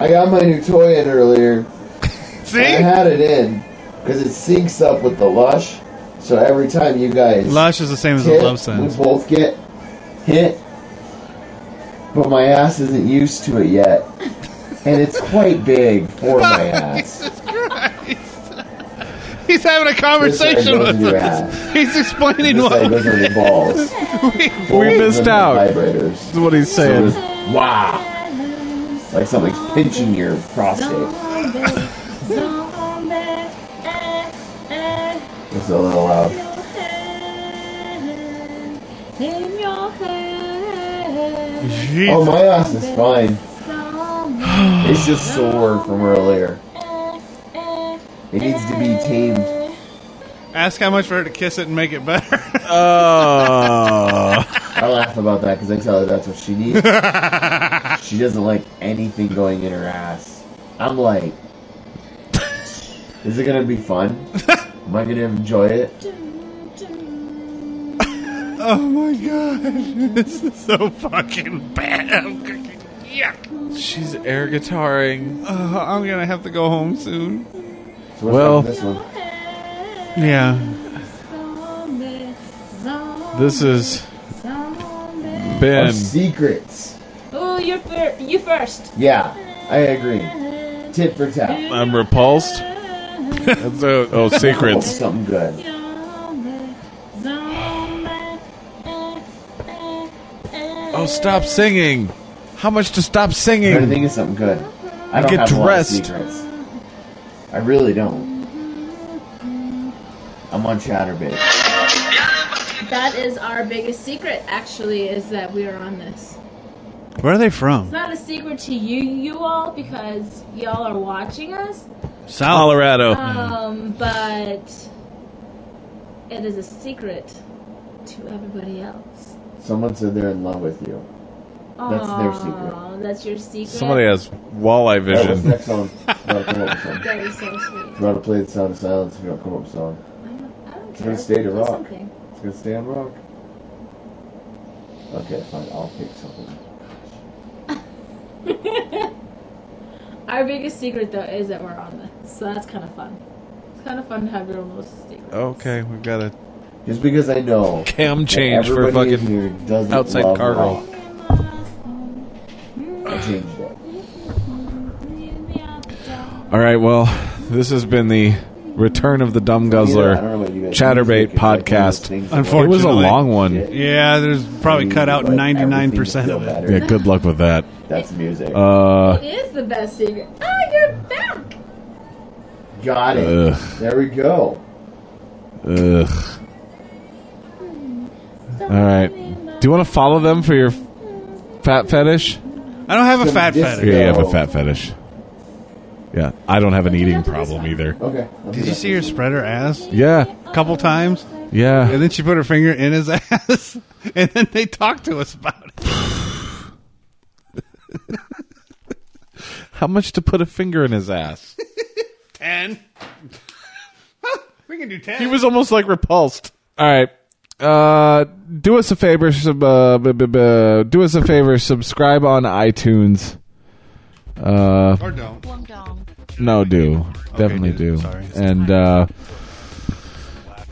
E: I got my new toy in earlier. I
D: See,
E: had it in because it syncs up with the Lush. So every time you guys
D: lush is the same as a
E: hit,
D: love
E: we
D: sense.
E: both get hit. But my ass isn't used to it yet. And it's quite big for my ass.
D: Jesus Christ! He's having a
E: This side
D: conversation
E: goes
D: with
E: in your
D: us. He's explaining
E: This
D: what.
E: side goes on your balls.
C: we missed out.
E: Vibrators.
C: Is what he's
E: It
C: saying.
E: was, wow. Like something's pinching your prostate. It's a little loud.
F: In your head.
E: Oh,
D: Jesus.
E: my ass is fine. It's just sore from earlier. It needs to be tamed.
D: Ask how much for her to kiss it and make it better.
C: Oh.
E: I laugh about that because I tell her that's what she needs. she doesn't like anything going in her ass. I'm like, is it gonna be fun? Am I gonna enjoy it?
D: oh my god, this is so fucking bad. Yuck.
C: She's air guitaring.
D: Uh, I'm gonna have to go home soon.
E: So what's
C: Well-
E: up with this one?
D: Yeah.
C: This has been
E: Our secrets.
F: Oh, you're fir- you first.
E: Yeah, I agree. Tit for tat.
C: I'm repulsed. That's a- oh,
E: Oh,
C: secrets.
E: something good.
C: Oh, stop singing. How much to stop
E: I
C: singing?
E: think it's something good. I don't
C: get
E: have
C: dressed.
E: A lot of secrets. I really don't. I'm on Chatterbait.
F: That is our biggest secret, actually, is that we are on this.
D: Where are they
F: It's
D: from?
F: not a secret to you, you all, because y'all are watching us.
D: South.
C: Colorado.
F: Um, but it is a secret to everybody else.
E: Someone said they're in love with you. That's their secret.
F: Aw, That's your secret.
C: Somebody has walleye
E: Alright, what's the
C: vision.
E: next song? Gotta come up with something.
F: That is so sweet.
E: You want to play the sound of silence if you don't come up with a song?
F: I don't, I don't
J: It's gonna stay to rock. It's gonna stay on rock. Okay, fine. I'll pick something.
K: Our biggest secret, though, is that we're on this, so that's kind of fun. It's kind of fun to have your own little secret.
C: Okay, we've got a
J: just because I know
C: cam
J: that
C: change for
J: everybody in here
C: fucking
J: doesn't
C: outside
J: love
C: car roll.
J: I changed that.
C: All right, well, this has been the Return of the Dumb Guzzler
J: I don't know what you guys-
C: Chatterbait podcast.
D: Unfortunately.
C: it was a long one.
D: Yeah, there's probably cut out 99% of it.
C: Yeah, good luck with that.
J: That's music.
C: Uh,
K: it is the best secret. Oh, you're back!
J: Got it.
C: Ugh.
J: There we go.
C: ugh. All right. Do you want to follow them for your fat fetish?
D: I don't have a fat fetish.
C: Yeah, you have a fat fetish. Yeah, I don't have an eating problem either.
J: Okay.
D: Did you see her spread her ass?
C: Yeah.
D: A couple times?
C: Yeah.
D: And then she put her finger in his ass. And then they talked to us about it.
C: How much to put a finger in his ass?
D: 10. we can do 10.
C: He was almost like repulsed. All right. Uh, do us a favor. Sub, uh, b- b- b- do us a favor. Subscribe on iTunes. Uh,
D: or don't.
C: No, do definitely do. And uh,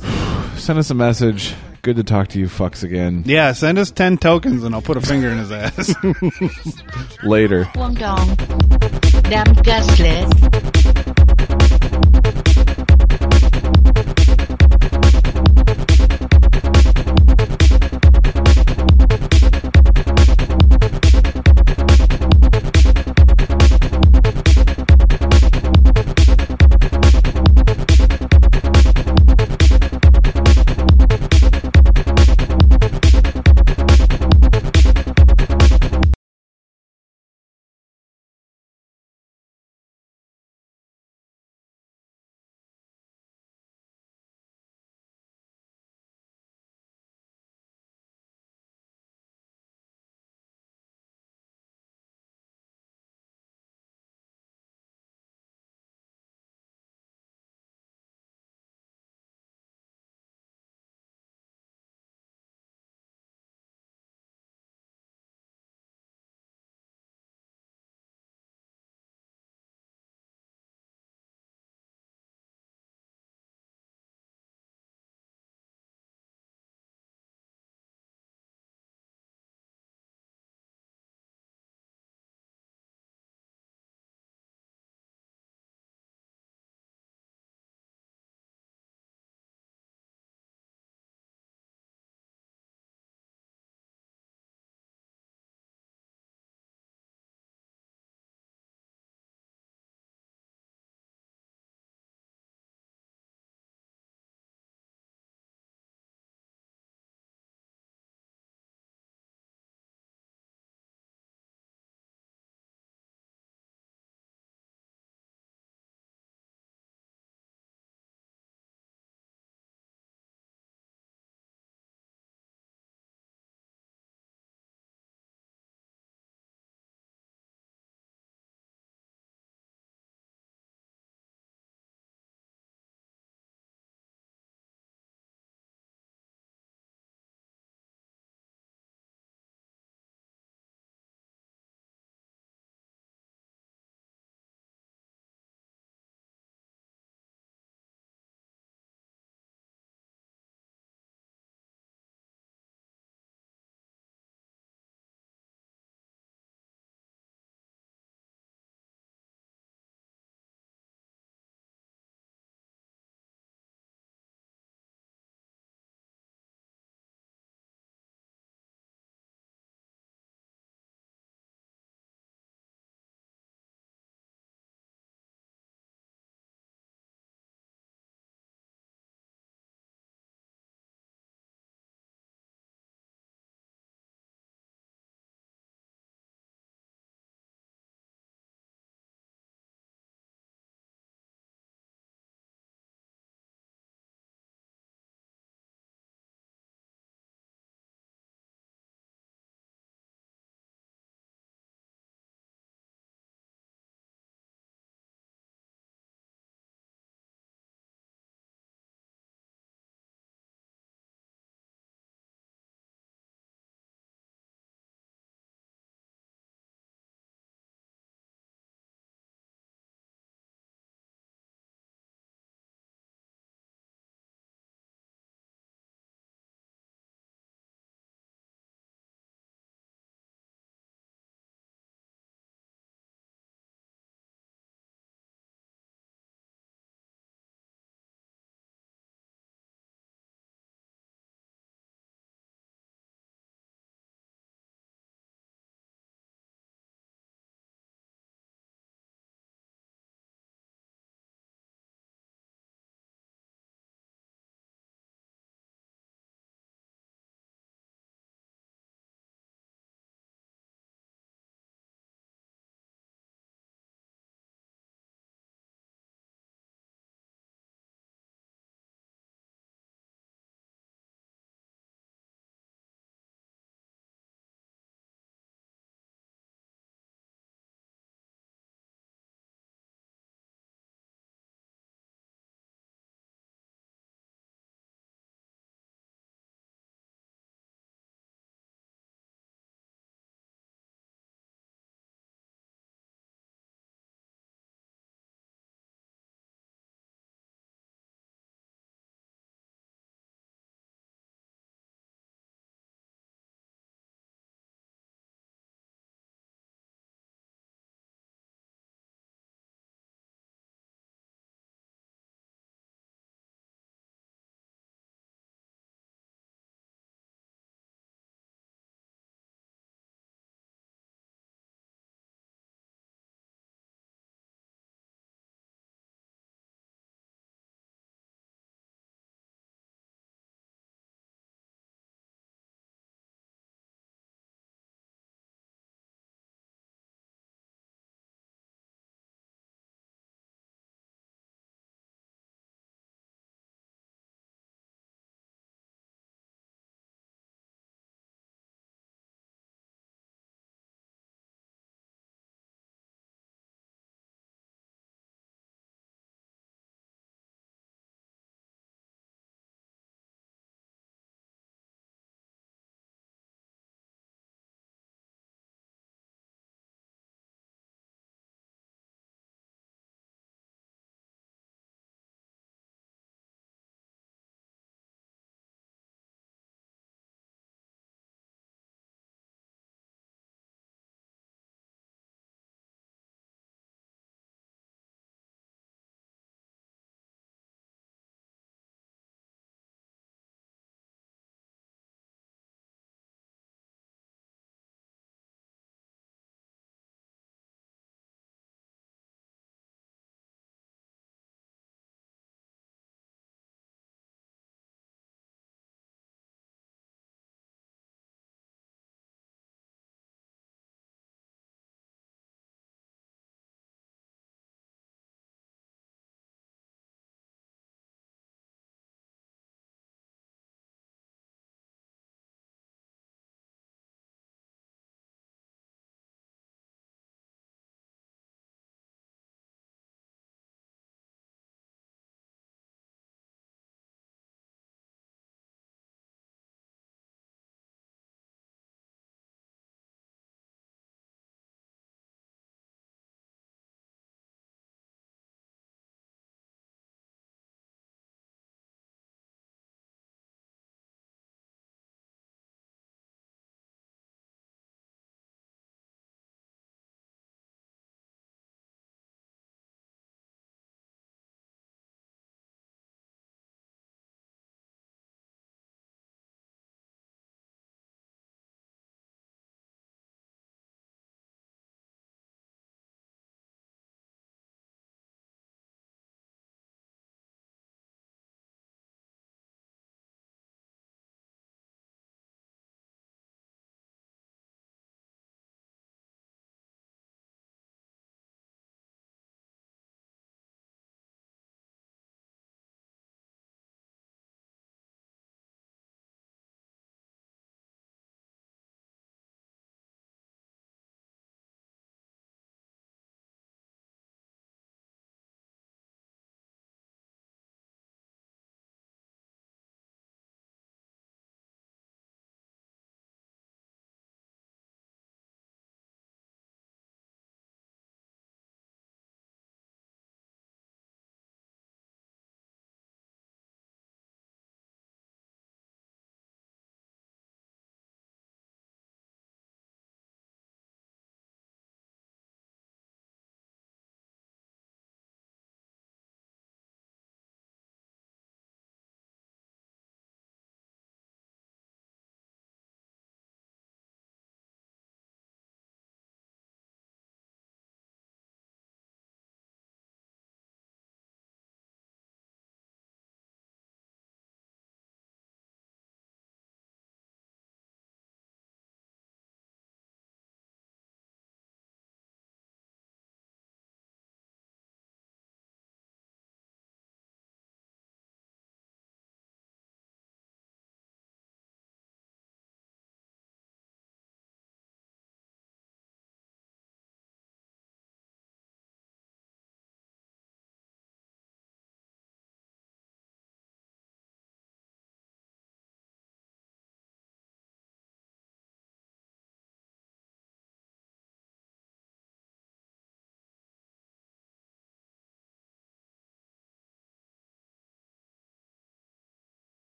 C: send us a message. Good to talk to you, fucks again
D: Yeah, send us 10 tokens and I'll put a finger in his ass.
C: later.
B: Wong Dong. Dam Gaslit.